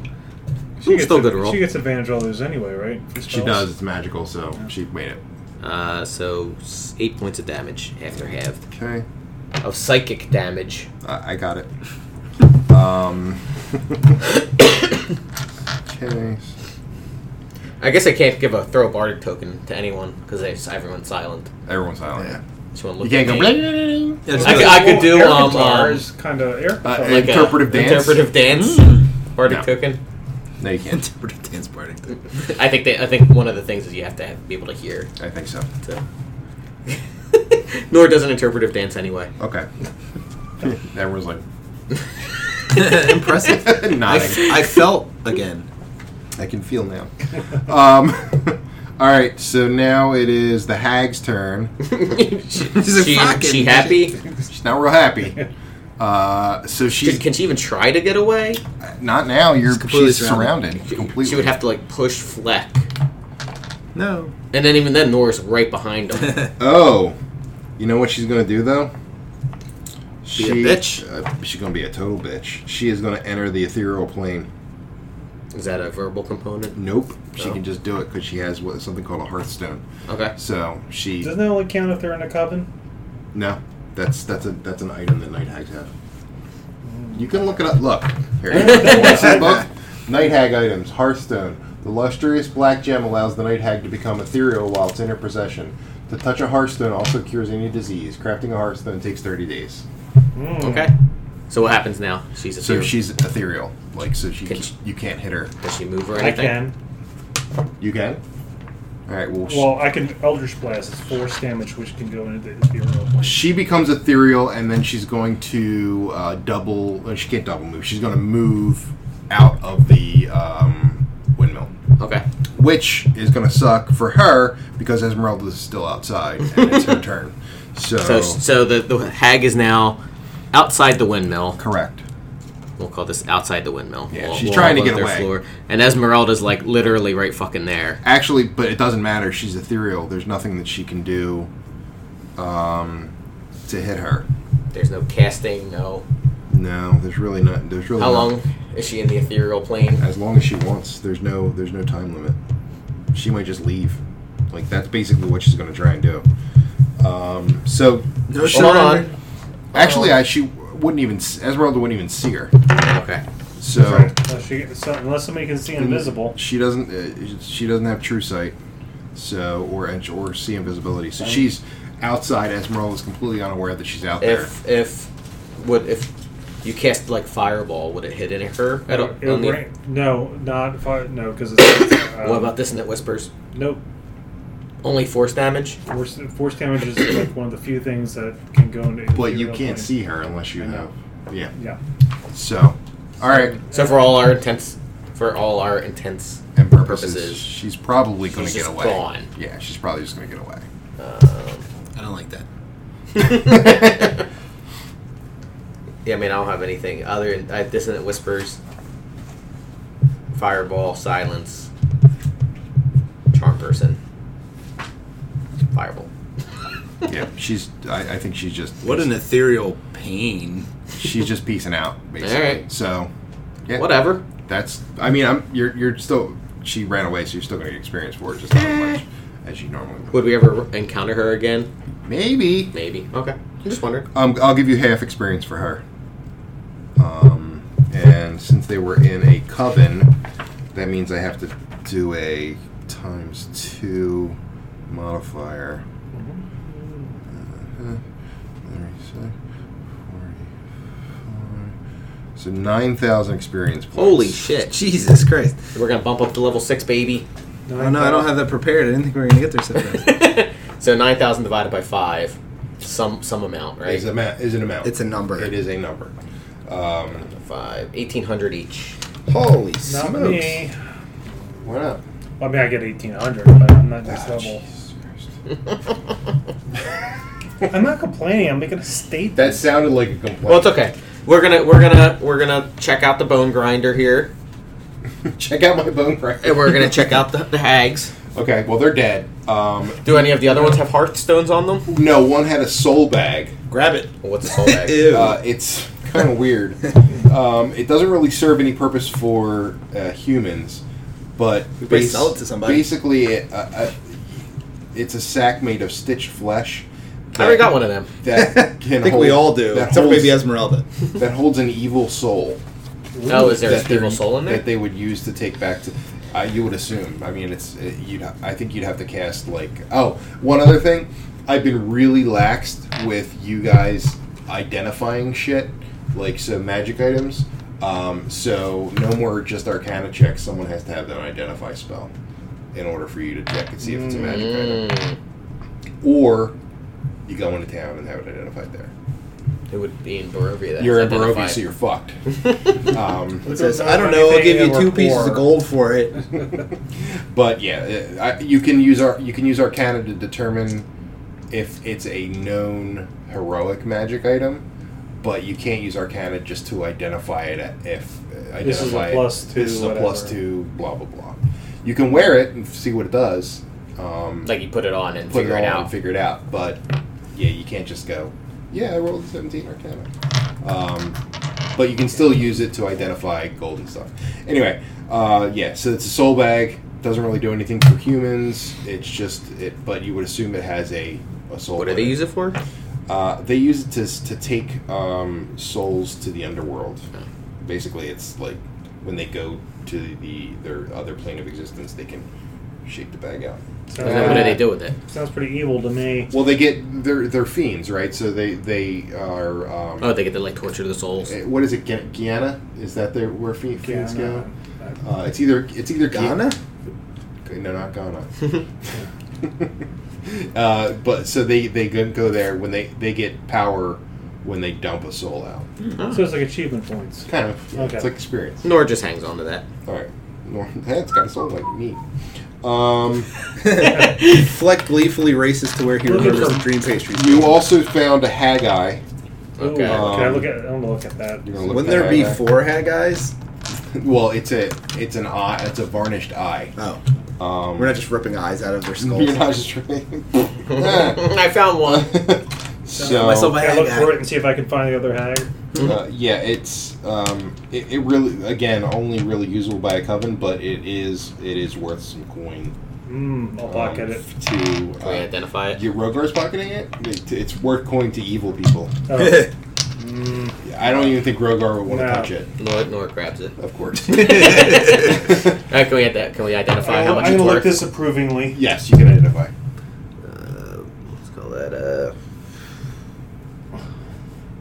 Speaker 5: She
Speaker 3: Ooh,
Speaker 5: gets
Speaker 3: still
Speaker 5: a-
Speaker 3: good roll.
Speaker 5: She gets advantage all those anyway, right? For
Speaker 2: She
Speaker 5: spells?
Speaker 2: does. It's magical, so she made it.
Speaker 3: Uh, so s- eight points of damage after halved
Speaker 2: Okay.
Speaker 3: of psychic damage.
Speaker 2: I I got it. Um. okay.
Speaker 3: I guess I can't give a throw bardic token to anyone because everyone's silent.
Speaker 2: Everyone's silent.
Speaker 6: Yeah.
Speaker 3: Just wanna
Speaker 2: You
Speaker 3: look
Speaker 2: can't
Speaker 3: at
Speaker 2: go.
Speaker 3: me.
Speaker 2: "Bling, bling, bling."
Speaker 6: That's
Speaker 3: I
Speaker 6: good.
Speaker 3: could- I could do,
Speaker 5: air
Speaker 3: um,
Speaker 5: guitar
Speaker 3: um,
Speaker 5: is kind of air.
Speaker 2: Uh,
Speaker 5: guitar.
Speaker 2: it-
Speaker 3: a
Speaker 2: Interpretive dance? Mm.
Speaker 3: Interpretive dance. Bardic
Speaker 2: No.
Speaker 3: token.
Speaker 2: No, you can't.
Speaker 6: Interpretive dance party.
Speaker 3: I think they, I think one of the things is you have to have, be able to hear.
Speaker 2: I think so.
Speaker 3: So. Nor does an interpretive dance anyway.
Speaker 2: Okay. Everyone's like
Speaker 6: Impressive. I, f-
Speaker 2: nodding.
Speaker 6: I felt again.
Speaker 2: I can feel now. Um. all right. So now it is the hag's turn.
Speaker 3: she,
Speaker 6: She's a
Speaker 3: she,
Speaker 6: fucking
Speaker 3: she happy?
Speaker 2: She's not real happy. Uh, so
Speaker 3: She,
Speaker 2: she's
Speaker 3: can she even try to get away?
Speaker 2: not now. You're
Speaker 6: She's completely
Speaker 2: she's surrounded. Completely.
Speaker 3: She would have to like push Fleck,
Speaker 6: No.
Speaker 3: and then even then, Nora's right behind him.
Speaker 2: Oh, you know what she's gonna do though?
Speaker 3: Be a bitch.
Speaker 2: Uh, she's gonna be a total bitch. She is gonna enter the ethereal plane.
Speaker 3: Is that a verbal component?
Speaker 2: Nope. She
Speaker 3: No.
Speaker 2: can just do it because she has what something called a Hearthstone.
Speaker 3: Okay.
Speaker 2: So she
Speaker 5: Doesn't that only count if they're in a coven?
Speaker 2: no. That's that's a that's an item that night hags have. You can look it up. Look here. What's the book? Night hag items. Hearthstone. The lustrous black gem allows the night hag to become ethereal while it's in her possession. To touch a hearthstone also cures any disease. Crafting a hearthstone takes thirty days.
Speaker 5: Mm.
Speaker 3: Okay. So what happens now? She's a
Speaker 2: So
Speaker 3: so
Speaker 2: she's ethereal, like so she
Speaker 3: Can she-
Speaker 2: you can't hit her.
Speaker 3: Does she move or
Speaker 5: I
Speaker 3: anything?
Speaker 5: can.
Speaker 2: You can. All right. Well, sh-
Speaker 5: Well, I can Eldritch Blast. It's force damage, which can go into the ethereal plane.
Speaker 2: she becomes ethereal, and then she's going to uh, double. uh, She can't double move. She's going to move out of the um, windmill,
Speaker 3: Okay.
Speaker 2: which is going to suck for her because Esmeralda is still outside and it's her turn. So,
Speaker 3: So so the, the hag is now outside the windmill.
Speaker 2: correct.
Speaker 3: We'll call this outside the windmill.
Speaker 2: Yeah,
Speaker 3: We'll-
Speaker 2: she's
Speaker 3: we'll
Speaker 2: trying to
Speaker 3: upload
Speaker 2: get
Speaker 3: their
Speaker 2: away.
Speaker 3: And Esmeralda's like literally right fucking there.
Speaker 2: Actually, but it doesn't matter. She's ethereal. There's nothing that she can do um, to hit her.
Speaker 3: There's no casting. No.
Speaker 2: No, there's really not. There's really
Speaker 3: How
Speaker 2: not-
Speaker 3: long is she in the ethereal plane?
Speaker 2: as long as she wants. There's no there's no time limit. She might just leave. Like that's basically what she's gonna try and do. Um, so
Speaker 6: No
Speaker 3: Hold
Speaker 6: surrender.
Speaker 3: on.
Speaker 2: actually, I she wouldn't even s- Esmeralda wouldn't even see her.
Speaker 3: Okay.
Speaker 2: So
Speaker 5: Right. Unless, she, so, unless somebody can see invisible.
Speaker 2: she doesn't uh, she doesn't have true sight. So or and- or see invisibility. So she's outside. Esmeralda's completely unaware that she's out there.
Speaker 3: If if would if you cast like fireball, would it hit in her at all?
Speaker 5: It
Speaker 3: on the-
Speaker 5: ran- no, not if I, no, because it's. Uh,
Speaker 3: What about this? And it whispers
Speaker 5: Nope.
Speaker 3: only force damage.
Speaker 5: Force, force damage is like one of the few things that can go into.
Speaker 2: But
Speaker 5: ethereal
Speaker 2: you can't
Speaker 5: plane.
Speaker 2: see her unless you
Speaker 5: I
Speaker 2: have.
Speaker 5: know.
Speaker 2: Yeah.
Speaker 5: Yeah.
Speaker 2: So all right.
Speaker 3: So for all our intents, for all our intents,
Speaker 2: And purposes,
Speaker 3: Purposes.
Speaker 2: she's probably going to
Speaker 3: She's
Speaker 2: get
Speaker 3: just
Speaker 2: away.
Speaker 3: gone.
Speaker 2: Yeah, she's probably just going to get away.
Speaker 6: I don't like that.
Speaker 3: yeah, I mean, I don't have anything other than uh, dissonant whispers, fireball, silence, charm person, fireball.
Speaker 2: yeah, she's. I, I think she's just.
Speaker 6: What an ethereal pain.
Speaker 2: She's just piecing out, basically.
Speaker 3: Alright.
Speaker 2: So, yeah.
Speaker 3: Whatever.
Speaker 2: That's. I mean, I'm. You're. You're still. She ran away, so you're still going to get experience for it, just not as much
Speaker 3: Eh.
Speaker 2: as you normally would.
Speaker 3: Would we ever encounter her again?
Speaker 2: Maybe.
Speaker 3: Maybe. Okay. I'm just wondering.
Speaker 2: Um, I'll give you half experience for her. Um, and since they were in a coven, that means I have to do a times two modifier. Uh-huh. Uh, 36, 45, So 9,000 experience points.
Speaker 3: Holy shit.
Speaker 6: Jesus Christ.
Speaker 3: We're going to bump up to level 6, baby.
Speaker 6: Oh, no, I don't have that prepared. I didn't think we were going to get there so fast.
Speaker 3: so 9,000 divided by 5. Some some amount, right?
Speaker 2: Is, a ma- is an amount.
Speaker 6: It's a number.
Speaker 2: It is a number. Um,
Speaker 3: Five. 1,800 each.
Speaker 2: holy
Speaker 5: Not
Speaker 2: smokes.
Speaker 5: me.
Speaker 2: Why not?
Speaker 5: I mean, I get 1800, but I'm not this
Speaker 2: Ah,
Speaker 5: level.
Speaker 2: Jesus Christ.
Speaker 5: I'm not complaining. I'm making a statement.
Speaker 2: That sounded like a complaint.
Speaker 3: Well, it's okay. We're gonna we're gonna we're gonna check out the bone grinder here,
Speaker 2: Check out my bone crack.
Speaker 3: and we're gonna check out the, the hags.
Speaker 2: Okay, well, they're dead. Um,
Speaker 3: Do any of the other ones have hearthstones on them?
Speaker 2: no, one had a soul bag.
Speaker 6: Grab it.
Speaker 3: Well, what's a soul bag?
Speaker 6: Ew.
Speaker 2: Uh, it's kind of weird. Um, it doesn't really serve any purpose for uh, humans, but
Speaker 6: better sell it to somebody.
Speaker 2: Basically, it, uh, uh, it's a sack made of stitched flesh.
Speaker 3: I already got one of them.
Speaker 2: That
Speaker 6: I
Speaker 2: can
Speaker 6: think
Speaker 2: hold,
Speaker 6: we all do.
Speaker 2: That
Speaker 6: Except for
Speaker 2: holds,
Speaker 6: maybe Esmeralda.
Speaker 2: that holds an evil soul.
Speaker 3: Oh, is there a
Speaker 2: that they're-
Speaker 3: evil soul in there?
Speaker 2: that they would use to take back to? Uh, you would assume. I mean, it's it, you'd. I think you'd have to cast like. Oh, one other thing. I've been really laxed with you guys identifying shit, like so magic items. Um, so no more just Arcana checks. Someone has to have that identify spell in order for you to check and see if it's a magic item,
Speaker 3: Mm,
Speaker 2: or you go into town and have it identified there.
Speaker 3: it would be in Barovia. That's
Speaker 2: you're in Barovia,
Speaker 3: identified.
Speaker 2: so you're fucked. um,
Speaker 6: It says, I don't know, I'll give you two pieces of gold for it.
Speaker 2: But yeah, uh, I, you can use our you can use Arcana to determine if it's a known heroic magic item, but you can't use Arcana just to identify it at- if uh, identify
Speaker 5: This is a
Speaker 2: it.
Speaker 5: plus two,
Speaker 2: This is a plus
Speaker 5: whatever.
Speaker 2: two. Blah blah blah. You can wear it and see what it does. Um,
Speaker 3: Like you put it on and
Speaker 2: put
Speaker 3: figure it,
Speaker 2: on and
Speaker 3: out.
Speaker 2: figure it out. But yeah, you can't just go. Yeah, I rolled a seventeen Arcana. Um, but you can still use it to identify gold and stuff. Anyway, uh, yeah, so it's a soul bag. Doesn't really do anything for humans. It's just it, but you would assume it has a, a soul.
Speaker 3: What do
Speaker 2: in
Speaker 3: they
Speaker 2: it.
Speaker 3: use it for?
Speaker 2: Uh, they use it to s- to take um, souls to the underworld. Basically, it's like when they go to the their other plane of existence, they can shake the bag out.
Speaker 5: Sounds,
Speaker 3: And then what do
Speaker 5: pretty,
Speaker 3: they do with it?
Speaker 5: sounds pretty evil to me.
Speaker 2: Well, they get they're they're fiends, right? So they they are. Um,
Speaker 3: Oh, they get to like torture the souls.
Speaker 2: eh, what is it? Gu- Guyana? Is that their, where fe- fiends go?
Speaker 5: Ghana.
Speaker 2: Uh, it's either it's either Gui-
Speaker 6: Ghana?
Speaker 2: Okay, no, not Ghana. uh, but so they they go- go there when they they get power when they dump a soul out.
Speaker 5: So it's like achievement points.
Speaker 2: Kind of. yeah, It's
Speaker 5: Okay.
Speaker 2: like experience.
Speaker 3: Nor just hangs on to that.
Speaker 2: All right. Well, That's got a soul like me. Um,
Speaker 6: Fleck gleefully races to where he
Speaker 5: Looking
Speaker 6: remembers
Speaker 5: for-
Speaker 6: the dream pastry.
Speaker 2: you also found a Haggai.
Speaker 3: Okay.
Speaker 5: Ooh, can I
Speaker 2: Um,
Speaker 5: look at? I'm gonna look at that.
Speaker 2: You're gonna look
Speaker 6: Wouldn't
Speaker 2: at
Speaker 6: there be
Speaker 2: Haggai.
Speaker 6: four hat guys?
Speaker 2: Well, it's a it's an eye. It's a varnished eye.
Speaker 6: Oh.
Speaker 2: Um,
Speaker 6: We're not just ripping eyes out of their skulls.
Speaker 2: You're not just trying.
Speaker 3: I found one.
Speaker 6: Myself,
Speaker 2: so
Speaker 6: I
Speaker 5: Can I
Speaker 6: had
Speaker 5: look
Speaker 6: that.
Speaker 5: for it and see if I can find the other hag?
Speaker 2: uh, yeah, it's um, it, it really again only really usable by a coven, but it is it is worth some coin.
Speaker 5: Mmm, I'll
Speaker 2: um,
Speaker 5: pocket it.
Speaker 2: to
Speaker 3: Can we
Speaker 2: uh,
Speaker 3: identify it?
Speaker 2: your Rogar's pocketing it. It- It's worth coin to evil people.
Speaker 5: Oh,
Speaker 2: I don't even think Rogar would want to
Speaker 5: No.
Speaker 2: touch it.
Speaker 3: Nor, nor grabs it.
Speaker 2: Of course.
Speaker 3: All right, can we get that? Can we identify how
Speaker 5: Oh, I'm
Speaker 3: much
Speaker 5: gonna
Speaker 3: it's
Speaker 5: look
Speaker 3: worth?
Speaker 5: this approvingly.
Speaker 2: yes, you can identify.
Speaker 3: Uh, let's call that uh.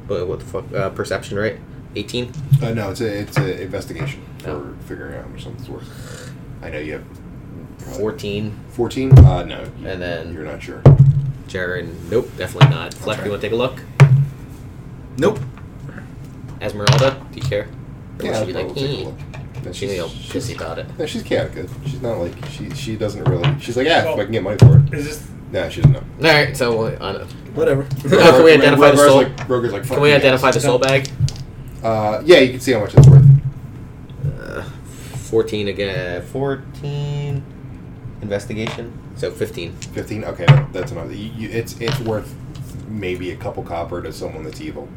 Speaker 3: But what the fuck? Uh, perception, right? Eighteen.
Speaker 2: Uh, no, it's a it's a investigation for
Speaker 3: Oh.
Speaker 2: figuring out how much something's worth. I know you have probably-
Speaker 3: Fourteen.
Speaker 2: 14? Uh, no. you-
Speaker 3: And then-
Speaker 2: You're not sure.
Speaker 3: Jared, nope, definitely not. Fleck, you want to take a look?
Speaker 6: Nope.
Speaker 3: Esmeralda, do you care? Or
Speaker 2: Yeah,
Speaker 3: would she be
Speaker 2: I'll
Speaker 3: like,
Speaker 2: take a
Speaker 3: "Eh."
Speaker 2: look. No,
Speaker 3: she's
Speaker 2: she's-
Speaker 3: gonna be all pissy about it.
Speaker 2: No, she's chaotic. good. She's not like she. She doesn't really. She's like, yeah, if
Speaker 5: Well-
Speaker 2: I can get money for it.
Speaker 5: Is this?
Speaker 2: No, she doesn't know.
Speaker 3: All right, so we'll- on it.
Speaker 6: Whatever.
Speaker 3: Oh, can we identify the
Speaker 2: Rogar's
Speaker 3: soul?
Speaker 2: Like, Rogar's like,
Speaker 3: Can we identify the soul bag?
Speaker 2: the? Uh, yeah, you can see how much it's worth.
Speaker 3: Uh, Fourteen again. Fourteen. Investigation. So fifteen.
Speaker 2: Fifteen. Okay, no, that's enough. You, you, it's it's worth maybe a couple copper to someone that's evil.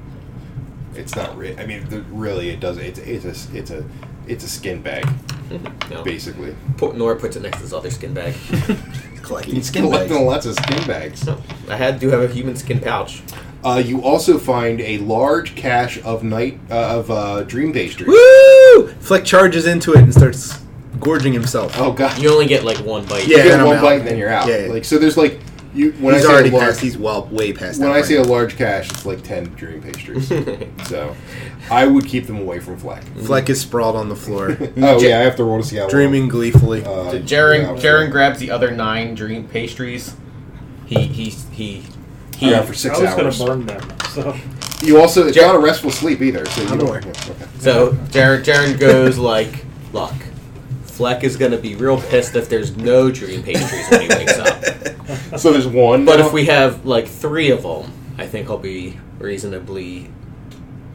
Speaker 2: It's not. Re- I mean, the, really, it does. It's it's a it's a it's a skin bag
Speaker 3: Mm-hmm. No.
Speaker 2: basically.
Speaker 3: Put, Nora puts it next to this other skin bag.
Speaker 6: Collecting skin
Speaker 2: Collecting
Speaker 6: bags.
Speaker 2: lots of skin bags.
Speaker 3: So, I had do have a human skin pouch.
Speaker 2: Uh, you also find a large cache of night uh, of uh, dream pastries.
Speaker 6: Woo! Fleck charges into it and starts gorging himself.
Speaker 2: Oh god!
Speaker 3: You only get like one bite.
Speaker 6: Yeah.
Speaker 2: you get
Speaker 6: and I'm
Speaker 2: one
Speaker 6: out.
Speaker 2: bite and then you're out.
Speaker 6: Yeah, yeah.
Speaker 2: Like so, there's like You, when
Speaker 4: he's
Speaker 2: I say
Speaker 4: already
Speaker 2: a large,
Speaker 4: past. He's well way past.
Speaker 2: when
Speaker 4: that
Speaker 2: I say a
Speaker 4: point.
Speaker 2: large cache, it's like ten dream pastries. so, I would keep them away from Fleck.
Speaker 6: Mm-hmm.
Speaker 4: Fleck is sprawled on the floor,
Speaker 2: Oh yeah, I have to roll to see how. long.
Speaker 4: dreaming gleefully.
Speaker 2: Uh,
Speaker 3: Jaren,
Speaker 2: yeah,
Speaker 3: Jaren grabs the other nine dream pastries. He he he.
Speaker 2: I
Speaker 3: he
Speaker 2: got for six
Speaker 5: I was
Speaker 2: hours.
Speaker 5: gonna burn them. So
Speaker 2: You also it's
Speaker 3: Jer-
Speaker 2: not a restful sleep either. So you
Speaker 4: I'm
Speaker 2: don't-
Speaker 4: aware.
Speaker 2: Okay.
Speaker 3: so Jaren Jaren goes like, look, Fleck is gonna be real pissed if there's no dream pastries when he wakes up.
Speaker 2: So there's one.
Speaker 3: But
Speaker 2: now?
Speaker 3: if we have like three of them, I think I'll be reasonably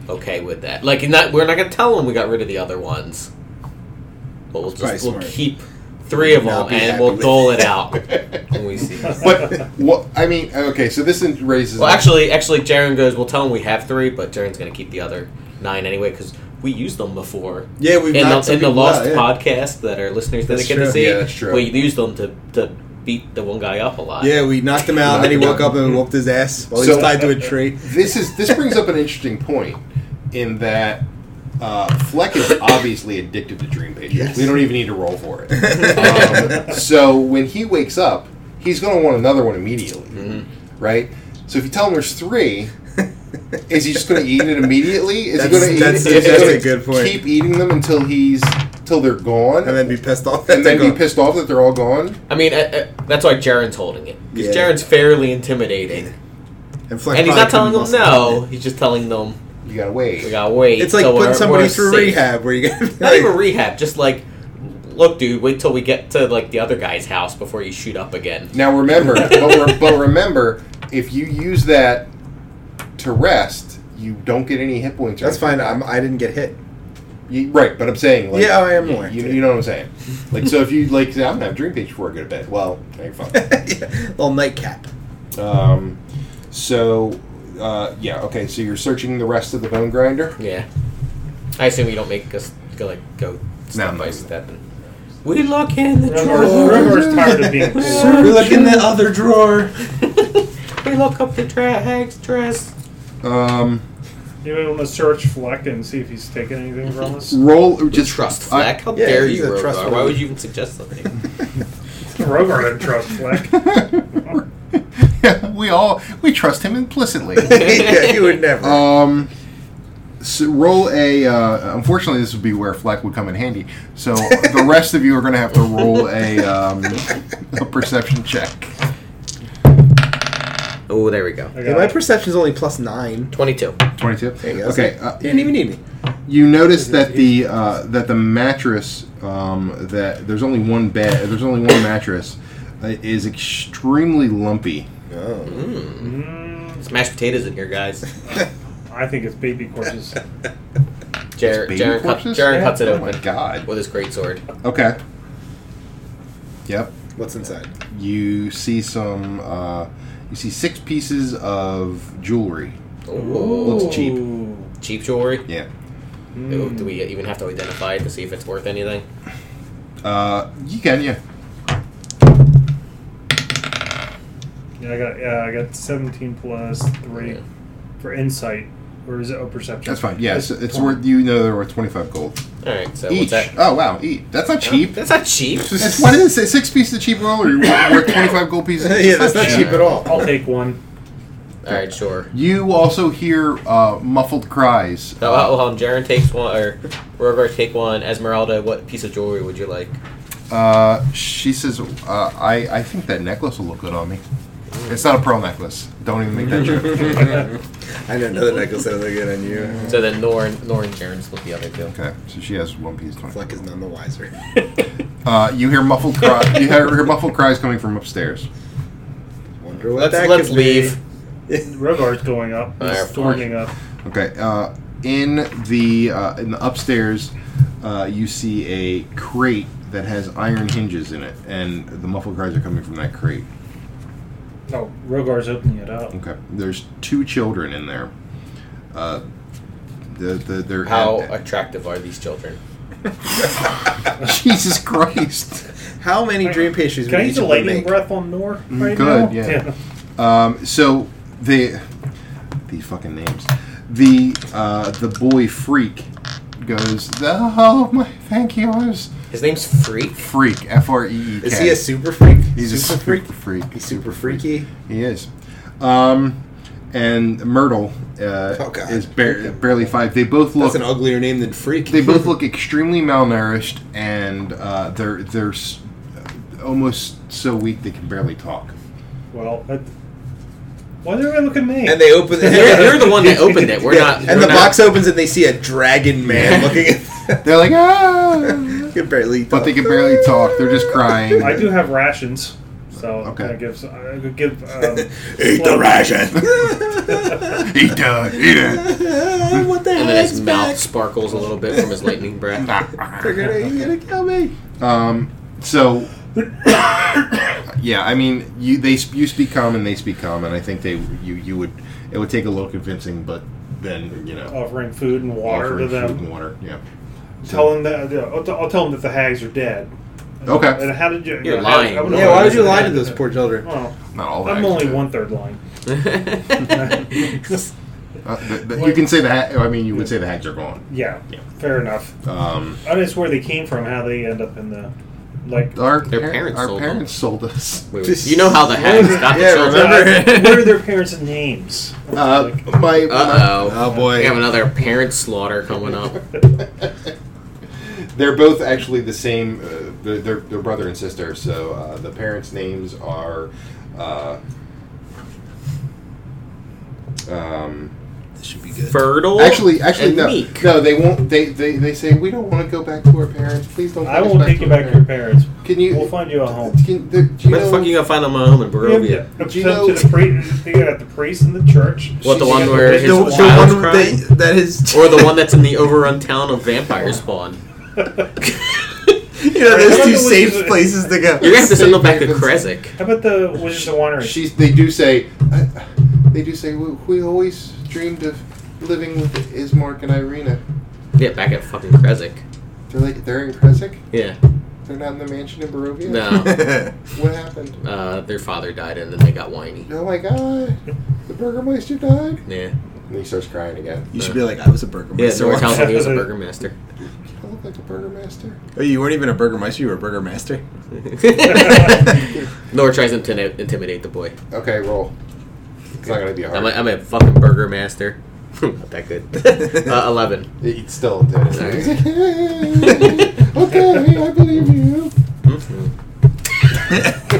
Speaker 3: okay with that. Like, not we're not gonna tell him we got rid of the other ones, but we'll
Speaker 4: probably
Speaker 3: just we'll
Speaker 4: smart.
Speaker 3: keep three of
Speaker 4: Not
Speaker 3: them
Speaker 4: be
Speaker 3: and
Speaker 4: happy
Speaker 3: we'll
Speaker 4: with
Speaker 3: dole it out when we see.
Speaker 2: but what I mean, okay. So this in- raises.
Speaker 3: Well, actually, actually, Jaren goes. We'll tell him we have three, but Jaren's gonna keep the other nine anyway because we used them before.
Speaker 4: yeah, we've
Speaker 3: In
Speaker 4: knocked some
Speaker 3: the, in the
Speaker 4: people
Speaker 3: lost
Speaker 4: out, yeah.
Speaker 3: podcast that our listeners didn't
Speaker 4: That's
Speaker 3: get
Speaker 4: true.
Speaker 3: to see,
Speaker 2: Yeah, that's true.
Speaker 3: we used them to, to beat the one guy up a lot.
Speaker 4: Yeah, we knocked him out, and then he woke up and whooped his ass while he was
Speaker 2: So-
Speaker 4: tied to a tree.
Speaker 2: this is this brings up an interesting point in that uh, Fleck is obviously addicted to dream pages.
Speaker 4: Yes.
Speaker 2: We don't even need to roll for it. um, so when he wakes up, he's going to want another one immediately,
Speaker 4: Mm-hmm.
Speaker 2: right? So if you tell him there's three, is he just going to eat it immediately? Is he
Speaker 4: That's-
Speaker 2: going to eat
Speaker 4: that's-
Speaker 2: it? is he
Speaker 4: that's a
Speaker 2: gonna
Speaker 4: good point.
Speaker 2: Keep eating them until he's till they're gone,
Speaker 4: And then be pissed off.
Speaker 2: and then be pissed off that they're all gone.
Speaker 3: I mean, uh, uh, that's why Jaren's holding it. Because
Speaker 4: Yeah.
Speaker 3: Jaren's fairly intimidated.
Speaker 4: And, Fleck
Speaker 3: and
Speaker 4: probably
Speaker 3: he's not telling them
Speaker 4: couldn't
Speaker 3: no.
Speaker 4: muscle it.
Speaker 3: He's just telling them,
Speaker 2: You gotta wait.
Speaker 3: we gotta wait.
Speaker 4: It's like
Speaker 3: till
Speaker 4: putting
Speaker 3: we're-
Speaker 4: somebody
Speaker 3: we're
Speaker 4: through
Speaker 3: safe."
Speaker 4: rehab where you got
Speaker 3: Not even rehab, just like, look, dude, wait till we get to, like, the other guy's house before you shoot up again.
Speaker 2: Now remember, but, re- but remember, if you use that to rest, you don't get any hit points. or
Speaker 4: That's fine.
Speaker 2: anything.
Speaker 4: I'm, I didn't get hit.
Speaker 2: You- right, but I'm saying, like,
Speaker 4: Yeah, I am aware.
Speaker 2: You, you know what I'm saying? Like, so if you like, say, I'm gonna have dream page before I go to bed. Well, you're fine.
Speaker 4: yeah. Little nightcap.
Speaker 2: um, so, uh, yeah, okay. So you're searching the rest of the bone grinder.
Speaker 3: Yeah. I assume you don't make us, go, like, go step
Speaker 2: no.
Speaker 3: by step. And, we look in the
Speaker 5: Remember-
Speaker 3: drawer.
Speaker 5: Remember's tired of being poor.
Speaker 4: We look in the other drawer.
Speaker 3: we look up the tra- hag's dress.
Speaker 2: Um,
Speaker 5: You want to search Fleck and see if he's taken anything from us?
Speaker 2: roll just
Speaker 3: Trust
Speaker 2: I-
Speaker 3: Fleck. How
Speaker 4: yeah,
Speaker 3: dare
Speaker 4: he's
Speaker 3: you,
Speaker 4: a
Speaker 3: Rogar?
Speaker 4: trustworthy-
Speaker 3: Why would you even suggest something?
Speaker 5: Rogar didn't trust Fleck.
Speaker 2: we all we trust him implicitly.
Speaker 4: yeah, you would never.
Speaker 2: Um, so roll a. Uh, unfortunately, this would be where Fleck would come in handy. So the rest of you are going to have to roll a, um, a perception check.
Speaker 3: oh, there we go.
Speaker 5: I
Speaker 4: yeah,
Speaker 5: got
Speaker 4: my
Speaker 5: it.
Speaker 4: perception's only plus nine.
Speaker 3: 22.
Speaker 2: Twenty-two.
Speaker 4: you go.
Speaker 2: Okay. Uh,
Speaker 4: You didn't even need me.
Speaker 2: you notice that the uh, that the mattress um, that there's only one bed. There's only one mattress uh, is extremely lumpy.
Speaker 4: Oh.
Speaker 5: Mm,
Speaker 3: Smashed potatoes in here, guys.
Speaker 5: I think it's baby corpses.
Speaker 3: Jared,
Speaker 2: Baby
Speaker 3: Jared, cut,
Speaker 2: corpses?
Speaker 3: Jared cuts it
Speaker 2: Oh my
Speaker 3: open
Speaker 2: god.
Speaker 3: with his great sword.
Speaker 2: Okay. Yep.
Speaker 4: What's inside?
Speaker 2: You see some. Uh, you see six pieces of jewelry.
Speaker 4: Oh.
Speaker 3: Ooh.
Speaker 2: cheap.
Speaker 5: Ooh.
Speaker 3: Cheap jewelry.
Speaker 2: Yeah.
Speaker 3: Ooh, do we even have to identify it to see if it's worth anything?
Speaker 2: Uh, you can, yeah.
Speaker 5: Yeah, I got yeah, I got seventeen plus three
Speaker 3: Yeah.
Speaker 5: for insight, or is it oh perception?
Speaker 2: That's fine. Yes,
Speaker 5: That's
Speaker 2: it's
Speaker 5: fine.
Speaker 2: worth you know they're worth twenty five gold
Speaker 3: All right, so
Speaker 2: each.
Speaker 3: what's that?
Speaker 2: Oh wow, each. That's not cheap.
Speaker 3: That's not cheap.
Speaker 2: That's, what is it? Six pieces of cheap roll or worth twenty five gold pieces?
Speaker 4: yeah, that's not cheap at all.
Speaker 5: I'll take one.
Speaker 3: All right, sure.
Speaker 2: You also hear uh, muffled cries.
Speaker 3: So, uh, hold on. Jaren takes one, or Rogar take one. Esmeralda, what piece of jewelry would you like?
Speaker 2: Uh, she says, uh, I, "I think that necklace will look good on me." It's not a pearl necklace. Don't even make that joke.
Speaker 4: I didn't know the necklace that looked good on you.
Speaker 3: So then Nor and, Nor and Jaren split the other two.
Speaker 2: Okay, so she has one piece. 25.
Speaker 4: Fleck is none the wiser.
Speaker 2: Uh, you hear muffled cries. You hear, hear muffled cries coming from upstairs.
Speaker 4: Wonder what
Speaker 3: Let's
Speaker 4: that
Speaker 3: let's
Speaker 4: could be.
Speaker 3: leave.
Speaker 5: Rogar's going up.
Speaker 3: All right,
Speaker 5: He's storming up.
Speaker 2: Okay. Uh, in the uh, in the upstairs, uh, you see a crate that has iron hinges in it, and the muffled cries are coming from that crate.
Speaker 5: No, Oh, Rogar's opening it up.
Speaker 2: Okay. There's two children in there. Uh, the, the, they're
Speaker 3: How
Speaker 2: and-
Speaker 3: attractive are these children?
Speaker 2: Jesus Christ.
Speaker 4: How many dream pastries
Speaker 5: Can I
Speaker 4: would each
Speaker 5: use a
Speaker 4: of them
Speaker 5: lightning
Speaker 4: make?
Speaker 5: breath on Nor
Speaker 2: Mm,
Speaker 5: right
Speaker 2: good,
Speaker 5: now?
Speaker 2: yeah. Um, so the these fucking names. The uh, the boy freak goes. Oh my, thank you. I was
Speaker 1: His name's Freak.
Speaker 2: Freak. F R E E K.
Speaker 6: Is he a super freak?
Speaker 2: He's
Speaker 6: super
Speaker 2: a
Speaker 6: freak.
Speaker 2: super freak.
Speaker 6: He's super freaky.
Speaker 2: He is. Um, and Myrtle uh,
Speaker 6: Oh, God.
Speaker 2: is bare barely five. They both look.
Speaker 6: That's an uglier name than freak.
Speaker 2: they both look extremely malnourished, and uh, they're they're s- almost so weak they can barely talk.
Speaker 5: Well, that, why did everybody look at me?
Speaker 6: and they open.
Speaker 3: You're, you're the one that opened it. We're
Speaker 6: Yeah,
Speaker 3: not.
Speaker 6: And
Speaker 3: we're
Speaker 6: the
Speaker 3: not-
Speaker 6: box opens and they see a dragon man looking at them.
Speaker 2: They're like ah,
Speaker 6: can barely.
Speaker 2: but they can barely talk. They're just crying.
Speaker 5: I do have rations, so
Speaker 2: Okay.
Speaker 5: I give. I could give. Um,
Speaker 6: Eat the
Speaker 5: Well-
Speaker 6: ration.
Speaker 2: Eat that. Eat it.
Speaker 6: what the
Speaker 3: And then his
Speaker 6: heck's
Speaker 3: mouth
Speaker 6: back?
Speaker 3: sparkles a little bit from his lightning breath.
Speaker 6: They're gonna, you're gonna kill me.
Speaker 2: Um, so, yeah, I mean, you they sp- you speak common, they speak common. I think they you you would it would take a little convincing, but then you know,
Speaker 5: offering food and water to
Speaker 2: offering food
Speaker 5: them.
Speaker 2: and water, yeah.
Speaker 5: Tell them that I'll, t- I'll tell them that the hags are dead.
Speaker 2: Okay.
Speaker 5: And how did you?
Speaker 3: You're
Speaker 5: I-
Speaker 3: lying.
Speaker 5: Oh, I would-
Speaker 6: Yeah, why would you lie to those poor children?
Speaker 5: Well,
Speaker 2: Not all.
Speaker 5: I'm
Speaker 2: hags,
Speaker 5: only
Speaker 2: but-
Speaker 5: one third lying.
Speaker 2: Uh, the, the, you can say the ha- I mean, you would say the hags are gone.
Speaker 5: Yeah, fair enough.
Speaker 2: Um,
Speaker 5: I just where they came from, how they end up in the like.
Speaker 2: our
Speaker 3: Their
Speaker 2: par-
Speaker 3: parents
Speaker 2: our
Speaker 3: sold them.
Speaker 2: parents sold us.
Speaker 3: Wait, wait. you know how the hags got
Speaker 6: Yeah,
Speaker 3: the
Speaker 5: Uh,
Speaker 3: children.
Speaker 5: what are their parents' names?
Speaker 2: Uh,
Speaker 5: Like,
Speaker 2: my, my-
Speaker 3: Uh oh.
Speaker 6: Oh boy.
Speaker 3: We have another parent slaughter coming up.
Speaker 2: They're both actually the same. Uh, they're, they're, they're brother and sister. So uh, the parents' names are. Uh, um,
Speaker 6: This should be good.
Speaker 3: Fertile.
Speaker 2: actually, actually,
Speaker 3: Oh, and
Speaker 2: no,
Speaker 3: meek.
Speaker 2: no. They won't. They, they they say we don't want to go back to our parents. Please don't.
Speaker 5: I
Speaker 2: take us
Speaker 5: won't take you back to your
Speaker 2: our
Speaker 5: parents.
Speaker 2: parents." Can you?
Speaker 5: We'll find you a home.
Speaker 2: Can, the, do you
Speaker 3: Where the
Speaker 2: know-
Speaker 3: fuck you gonna find a mom in Barovia?
Speaker 5: Yeah,
Speaker 2: Do you
Speaker 5: to-
Speaker 2: know-
Speaker 5: to the priest, they got the priest in the church.
Speaker 3: What the
Speaker 2: She's
Speaker 3: one
Speaker 2: got
Speaker 3: where
Speaker 2: the-
Speaker 3: his
Speaker 6: The, the
Speaker 3: wife
Speaker 6: one
Speaker 3: crying?
Speaker 6: that, that is,
Speaker 3: or the one that's in the overrun town of vampire spawn?
Speaker 6: you know,
Speaker 5: I
Speaker 6: there's
Speaker 5: wonder
Speaker 6: two
Speaker 5: which
Speaker 6: safe
Speaker 5: is-
Speaker 6: places to go.
Speaker 3: You're gonna have to send them back to
Speaker 2: Save
Speaker 3: Kresik.
Speaker 5: How about the Wizards of Winery?
Speaker 2: She's. They do say. I, they do say we, we always dreamed of living with Ismark and Irina.
Speaker 3: Yeah, back at fucking Kresik.
Speaker 2: They're like they're in Kresik.
Speaker 3: Yeah.
Speaker 2: They're not in the mansion in Barovia.
Speaker 3: No.
Speaker 2: What happened?
Speaker 3: Uh, their father died and then they got whiny.
Speaker 2: Oh my god, the Burgermeister died.
Speaker 3: Yeah.
Speaker 2: And he starts crying again.
Speaker 6: you should be like, I was a
Speaker 3: Yeah,
Speaker 6: burgermeister.
Speaker 3: so we're
Speaker 6: once.
Speaker 3: telling he was a burgermaster.
Speaker 2: I look like a Burgermaster.
Speaker 6: Oh, you weren't even a burgermeister. You were a burgermaster.
Speaker 3: Nor tries to inti- intimidate the boy.
Speaker 2: Okay, roll. It's not gonna be hard.
Speaker 3: I'm a, I'm a fucking burger master. Not that good. Uh, 11.
Speaker 2: it's still intimidating. okay, I believe you.
Speaker 3: Mhm.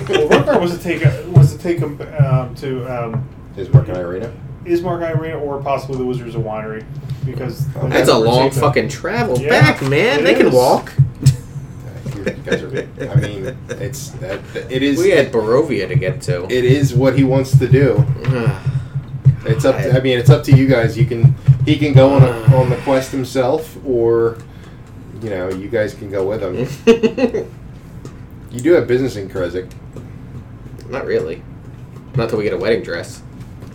Speaker 5: well, Rutger was to take was to take him um, to um,
Speaker 2: Is working Irina.
Speaker 5: Ismark Arena or possibly the Wizards of Winery because
Speaker 3: That's a
Speaker 5: We're
Speaker 3: long
Speaker 5: taking-
Speaker 3: fucking travel
Speaker 5: Yeah,
Speaker 3: back, man.
Speaker 5: it
Speaker 3: They can
Speaker 5: is.
Speaker 3: walk.
Speaker 2: Uh, You guys are. I mean, it's that. It is.
Speaker 3: We had Barovia to get to.
Speaker 2: it is what he wants to do. It's up. To, I mean, it's up to you guys. You can. He can go on a, on the quest himself, or you know, you guys can go with
Speaker 3: Mm.
Speaker 2: him. You do have business in Kresik.
Speaker 3: Not really. Not till we get a wedding dress.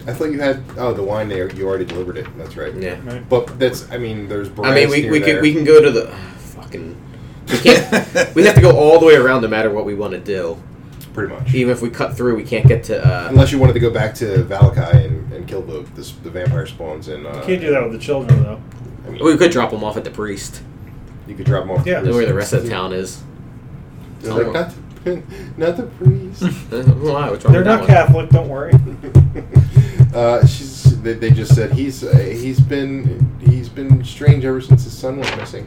Speaker 2: I thought you had. Oh, the wine there. You already delivered it. That's right.
Speaker 3: Yeah.
Speaker 5: Right.
Speaker 2: But that's. I mean, there's.
Speaker 3: I mean,
Speaker 2: Barrettes
Speaker 3: we,
Speaker 2: near
Speaker 3: we can
Speaker 2: there.
Speaker 3: we can go to the fucking. We can't. we have to go all the way around, no matter what we want to do.
Speaker 2: pretty much.
Speaker 3: Even if we cut through, we can't get to. Uh,
Speaker 2: Unless you wanted to go back to Valakai and, and kill the, the the vampire spawns and. Uh,
Speaker 5: Can't do that with the children though.
Speaker 2: I mean,
Speaker 3: we could drop them off at the priest.
Speaker 2: you could drop them off.
Speaker 5: Yeah.
Speaker 2: to
Speaker 3: Where the rest of the town is.
Speaker 2: They're like, not the, not the priest.
Speaker 3: Uh, Why? What's wrong
Speaker 5: They're
Speaker 3: with
Speaker 5: not
Speaker 3: that one?
Speaker 5: Catholic. Don't worry.
Speaker 2: uh, she's. They, they just said he's uh, he's been he's been strange ever since his son went missing.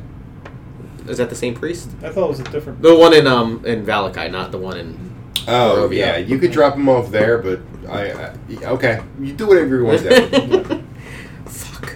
Speaker 3: Is that the same priest?
Speaker 5: I thought it was a different.
Speaker 3: The one in um in Valakai, not the one in.
Speaker 2: Oh
Speaker 3: Barovia.
Speaker 2: yeah, you could drop him off there, but I, I okay. You do whatever you want. Devin.
Speaker 3: Fuck.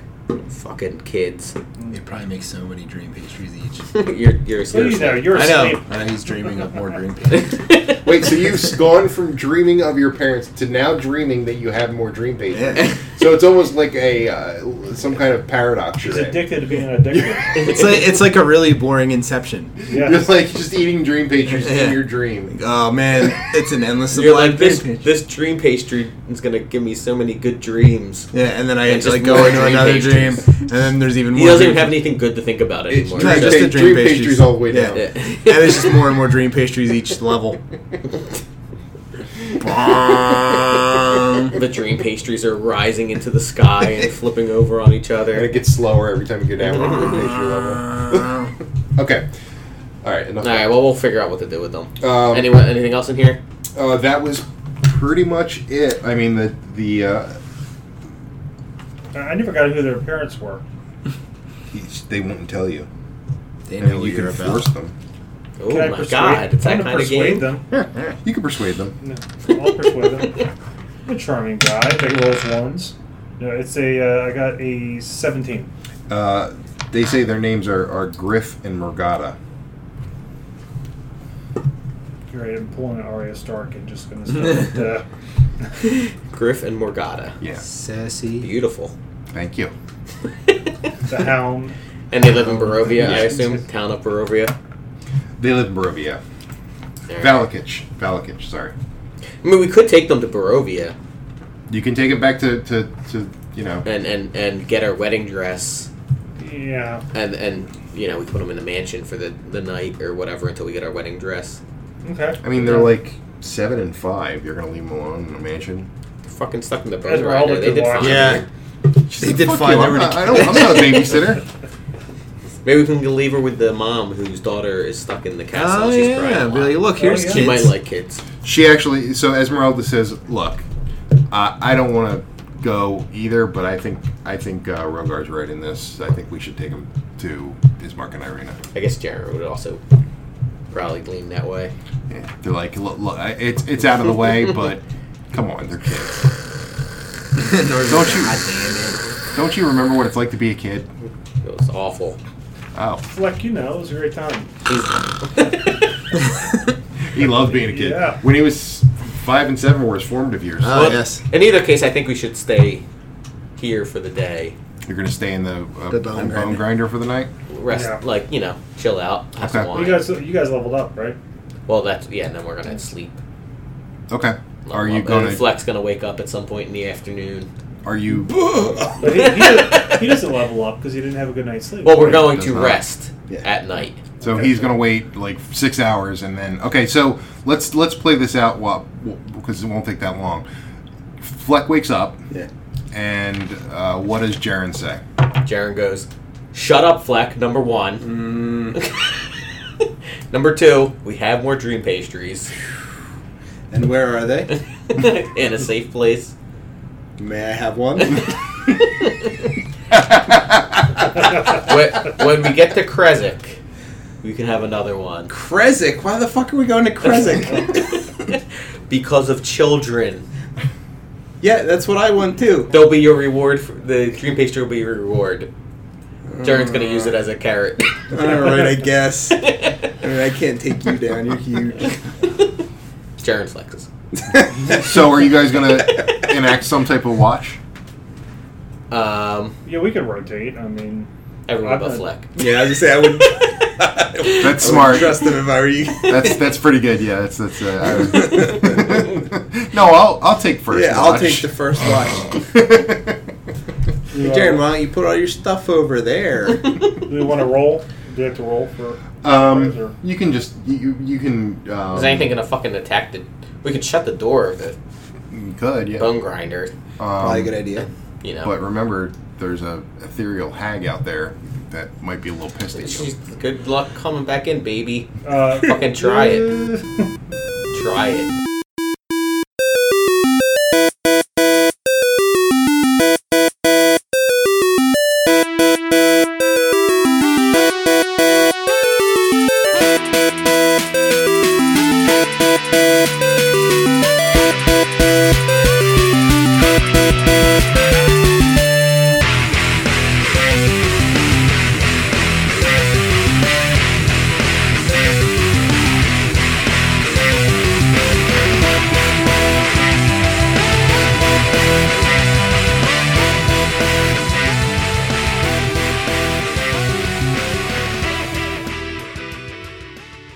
Speaker 3: Fucking kids.
Speaker 6: They probably make so many dream pastries each.
Speaker 3: you're you're
Speaker 5: What do
Speaker 3: seriously.
Speaker 5: you know? You're
Speaker 6: I
Speaker 5: asleep.
Speaker 6: know. I know he's dreaming of more dream pastries.
Speaker 2: Wait, so you've s- gone from dreaming of your parents to now dreaming that you have more dream babies.
Speaker 6: Yeah.
Speaker 2: So it's almost like a uh, some kind of paradox.
Speaker 5: He's
Speaker 2: You're in.
Speaker 5: addicted to being an addicted.
Speaker 6: It's like it's like a really boring Inception.
Speaker 5: yeah.
Speaker 2: You're like just eating dream pastries
Speaker 6: Yeah.
Speaker 2: in your dream.
Speaker 6: Oh man, it's an endless
Speaker 3: You're
Speaker 6: supply
Speaker 3: like
Speaker 6: of dream
Speaker 3: this.
Speaker 6: pastries.
Speaker 3: This dream pastry is gonna give me so many good dreams.
Speaker 6: Yeah, and then I
Speaker 3: And
Speaker 6: have to
Speaker 3: just
Speaker 6: like go
Speaker 3: more
Speaker 6: into
Speaker 3: dream
Speaker 6: another
Speaker 3: pastries.
Speaker 6: dream, and then there's even more.
Speaker 3: He doesn't
Speaker 6: dream
Speaker 3: even have anything good to think about
Speaker 2: It's
Speaker 3: anymore.
Speaker 6: No,
Speaker 2: dream,
Speaker 6: just the
Speaker 2: pa-
Speaker 6: dream
Speaker 2: dream
Speaker 6: pastries.
Speaker 2: pastries all the way
Speaker 6: Yeah.
Speaker 2: down.
Speaker 3: Yeah.
Speaker 6: and it's just more and more dream pastries each level. Bong.
Speaker 3: the dream pastries are rising into the sky and flipping over on each
Speaker 2: And it
Speaker 3: other.
Speaker 2: gets slower every time you go down one dream pastry level. Okay. All right. Enough.
Speaker 3: All right. Well, we'll figure out what to do with them.
Speaker 2: Um,
Speaker 3: Anyone? Anything else in here?
Speaker 2: uh, that was pretty much it. I mean, the the uh,
Speaker 5: I I never got who their parents were.
Speaker 2: he's- they won't tell you.
Speaker 4: They
Speaker 2: I
Speaker 4: know
Speaker 2: mean,
Speaker 4: what
Speaker 2: you
Speaker 4: you're
Speaker 2: can
Speaker 4: about.
Speaker 2: force them.
Speaker 3: Oh
Speaker 5: Can I
Speaker 3: my
Speaker 5: persuade-
Speaker 3: God! It's
Speaker 5: I'm
Speaker 3: that
Speaker 5: gonna
Speaker 3: kind of
Speaker 5: persuade
Speaker 3: game.
Speaker 5: Them.
Speaker 2: You can persuade them.
Speaker 5: No, I'll persuade them. I'm a charming guy that rolls ones. No, it's a. Uh, I got a 17.
Speaker 2: Uh, they say their names are, are Griff and Morgata.
Speaker 5: You're right, I'm pulling an Arya Stark and just gonna start. uh,
Speaker 3: Griff and Morgana.
Speaker 2: Yeah.
Speaker 4: Sassy.
Speaker 3: Beautiful.
Speaker 2: Thank you.
Speaker 5: the Hound.
Speaker 3: And they live in Barovia, I
Speaker 2: Yeah.
Speaker 3: assume. Town of Barovia.
Speaker 2: They live in Barovia.
Speaker 3: All right.
Speaker 2: Valakich. Valakich, sorry.
Speaker 3: I mean, we could take them to Barovia
Speaker 2: You can take it back to, to, to you know.
Speaker 3: and, and, and get our wedding dress,
Speaker 5: Yeah.
Speaker 3: and, and you know we put them in the mansion for the, the night or whatever until we get our wedding dress.
Speaker 5: Okay.
Speaker 2: I mean, they're like seven and five. You're going to leave them alone in a mansion.
Speaker 3: They're fucking stuck in the
Speaker 5: Guys,
Speaker 3: Burn
Speaker 5: we're all
Speaker 3: Rider. They
Speaker 5: looking
Speaker 3: did fine.
Speaker 5: watching.
Speaker 3: Yeah.
Speaker 6: Yeah. They did
Speaker 2: Fuck
Speaker 6: fine.
Speaker 2: you,
Speaker 6: They
Speaker 2: I'm,
Speaker 6: were
Speaker 2: not, I
Speaker 6: gonna-
Speaker 2: don't, I'm not a babysitter.
Speaker 3: Maybe we can leave her with the mom whose daughter is stuck in the castle.
Speaker 6: Oh
Speaker 3: and she's crying.
Speaker 6: yeah.
Speaker 3: a
Speaker 6: Be
Speaker 3: lot.
Speaker 6: like, look, here's
Speaker 5: yeah.
Speaker 3: she
Speaker 6: kids.
Speaker 3: might like kids.
Speaker 2: She actually. So Esmeralda says, "Look, uh, I don't want to go either, but I think I think uh, Rogar's right in this. I think we should take him to Ismark and Irina."
Speaker 3: I guess Jared would also probably lean that way.
Speaker 2: Yeah, they're like, look, look, I- it's it's out of the way, but come on, they're kids. Don't you- Don't you remember what it's like to be a kid?
Speaker 3: It was awful.
Speaker 2: Oh,
Speaker 5: Fleck, you know, it was a great time.
Speaker 2: he loved being a kid.
Speaker 5: Yeah.
Speaker 2: When he was five and seven were his formative years.
Speaker 6: Oh yes.
Speaker 3: In either case, I think we should stay here for the day.
Speaker 2: You're gonna stay in the, uh,
Speaker 6: The
Speaker 2: bone
Speaker 6: bone
Speaker 2: grinder.
Speaker 6: grinder.
Speaker 2: for the night.
Speaker 3: Rest,
Speaker 5: Yeah.
Speaker 3: like you know, chill out, have some
Speaker 2: Okay.
Speaker 5: You
Speaker 3: wine.
Speaker 5: guys, you guys leveled up, right?
Speaker 3: well, that's yeah. And then we're gonna sleep.
Speaker 2: Okay. Are you
Speaker 3: And
Speaker 2: gonna?
Speaker 3: Fleck's gonna wake up at some point in the afternoon.
Speaker 2: Are you?
Speaker 5: But he, he, he doesn't level up because he didn't have a good night's sleep.
Speaker 3: Well, we're going
Speaker 2: does
Speaker 3: to
Speaker 2: not.
Speaker 3: rest
Speaker 6: Yeah.
Speaker 3: at night.
Speaker 2: So he's gonna wait like six hours and then okay. So let's let's play this out while because it won't take that long. Fleck wakes up
Speaker 6: Yeah.
Speaker 2: and uh, what does Jaren say?
Speaker 3: Jaren goes, "Shut up, Fleck." Number one.
Speaker 2: Mm.
Speaker 3: number two, we have more dream pastries
Speaker 6: And where are they?
Speaker 3: in a safe place.
Speaker 6: May I have one?
Speaker 3: When, when we get to Kresik, we can have another one.
Speaker 6: Kresik. Why the fuck are we going to Kresik?
Speaker 3: because of children.
Speaker 6: yeah, that's what I want too.
Speaker 3: They'll be your reward. For, the dream pastry will be your reward. Jaren's gonna use it as a carrot.
Speaker 6: All right, I guess. Uh. I mean, I can't take you down. You're huge.
Speaker 3: Jaren flexes.
Speaker 2: So are you guys gonna enact some type of watch?
Speaker 3: Um,
Speaker 5: Yeah, we could rotate. I mean,
Speaker 3: everyone
Speaker 5: I'm
Speaker 3: but
Speaker 5: not-
Speaker 3: Fleck.
Speaker 6: Yeah, I was gonna say I would.
Speaker 2: That's
Speaker 6: I
Speaker 2: smart.
Speaker 6: Would trust him if I were you.
Speaker 2: That's that's pretty good. Yeah, that's that's. Uh, I would- no, I'll I'll take first.
Speaker 6: yeah, I'll
Speaker 2: watch.
Speaker 6: take the first watch.
Speaker 5: we,
Speaker 6: Jaren, why don't you put all your stuff over there?
Speaker 5: do we want to roll? Do we have to roll for?
Speaker 2: um, you can just you you can. Um,
Speaker 3: Is anything gonna fucking attack the? We could shut the door of the
Speaker 2: You could, yeah.
Speaker 3: bone grinder.
Speaker 6: Probably a
Speaker 2: Um,
Speaker 6: good idea.
Speaker 3: You know,
Speaker 2: But remember, there's a ethereal hag out there that might be a little pissed at
Speaker 3: she's
Speaker 2: you.
Speaker 3: good luck coming back in, baby.
Speaker 5: Uh,
Speaker 3: Fucking try it. Try it.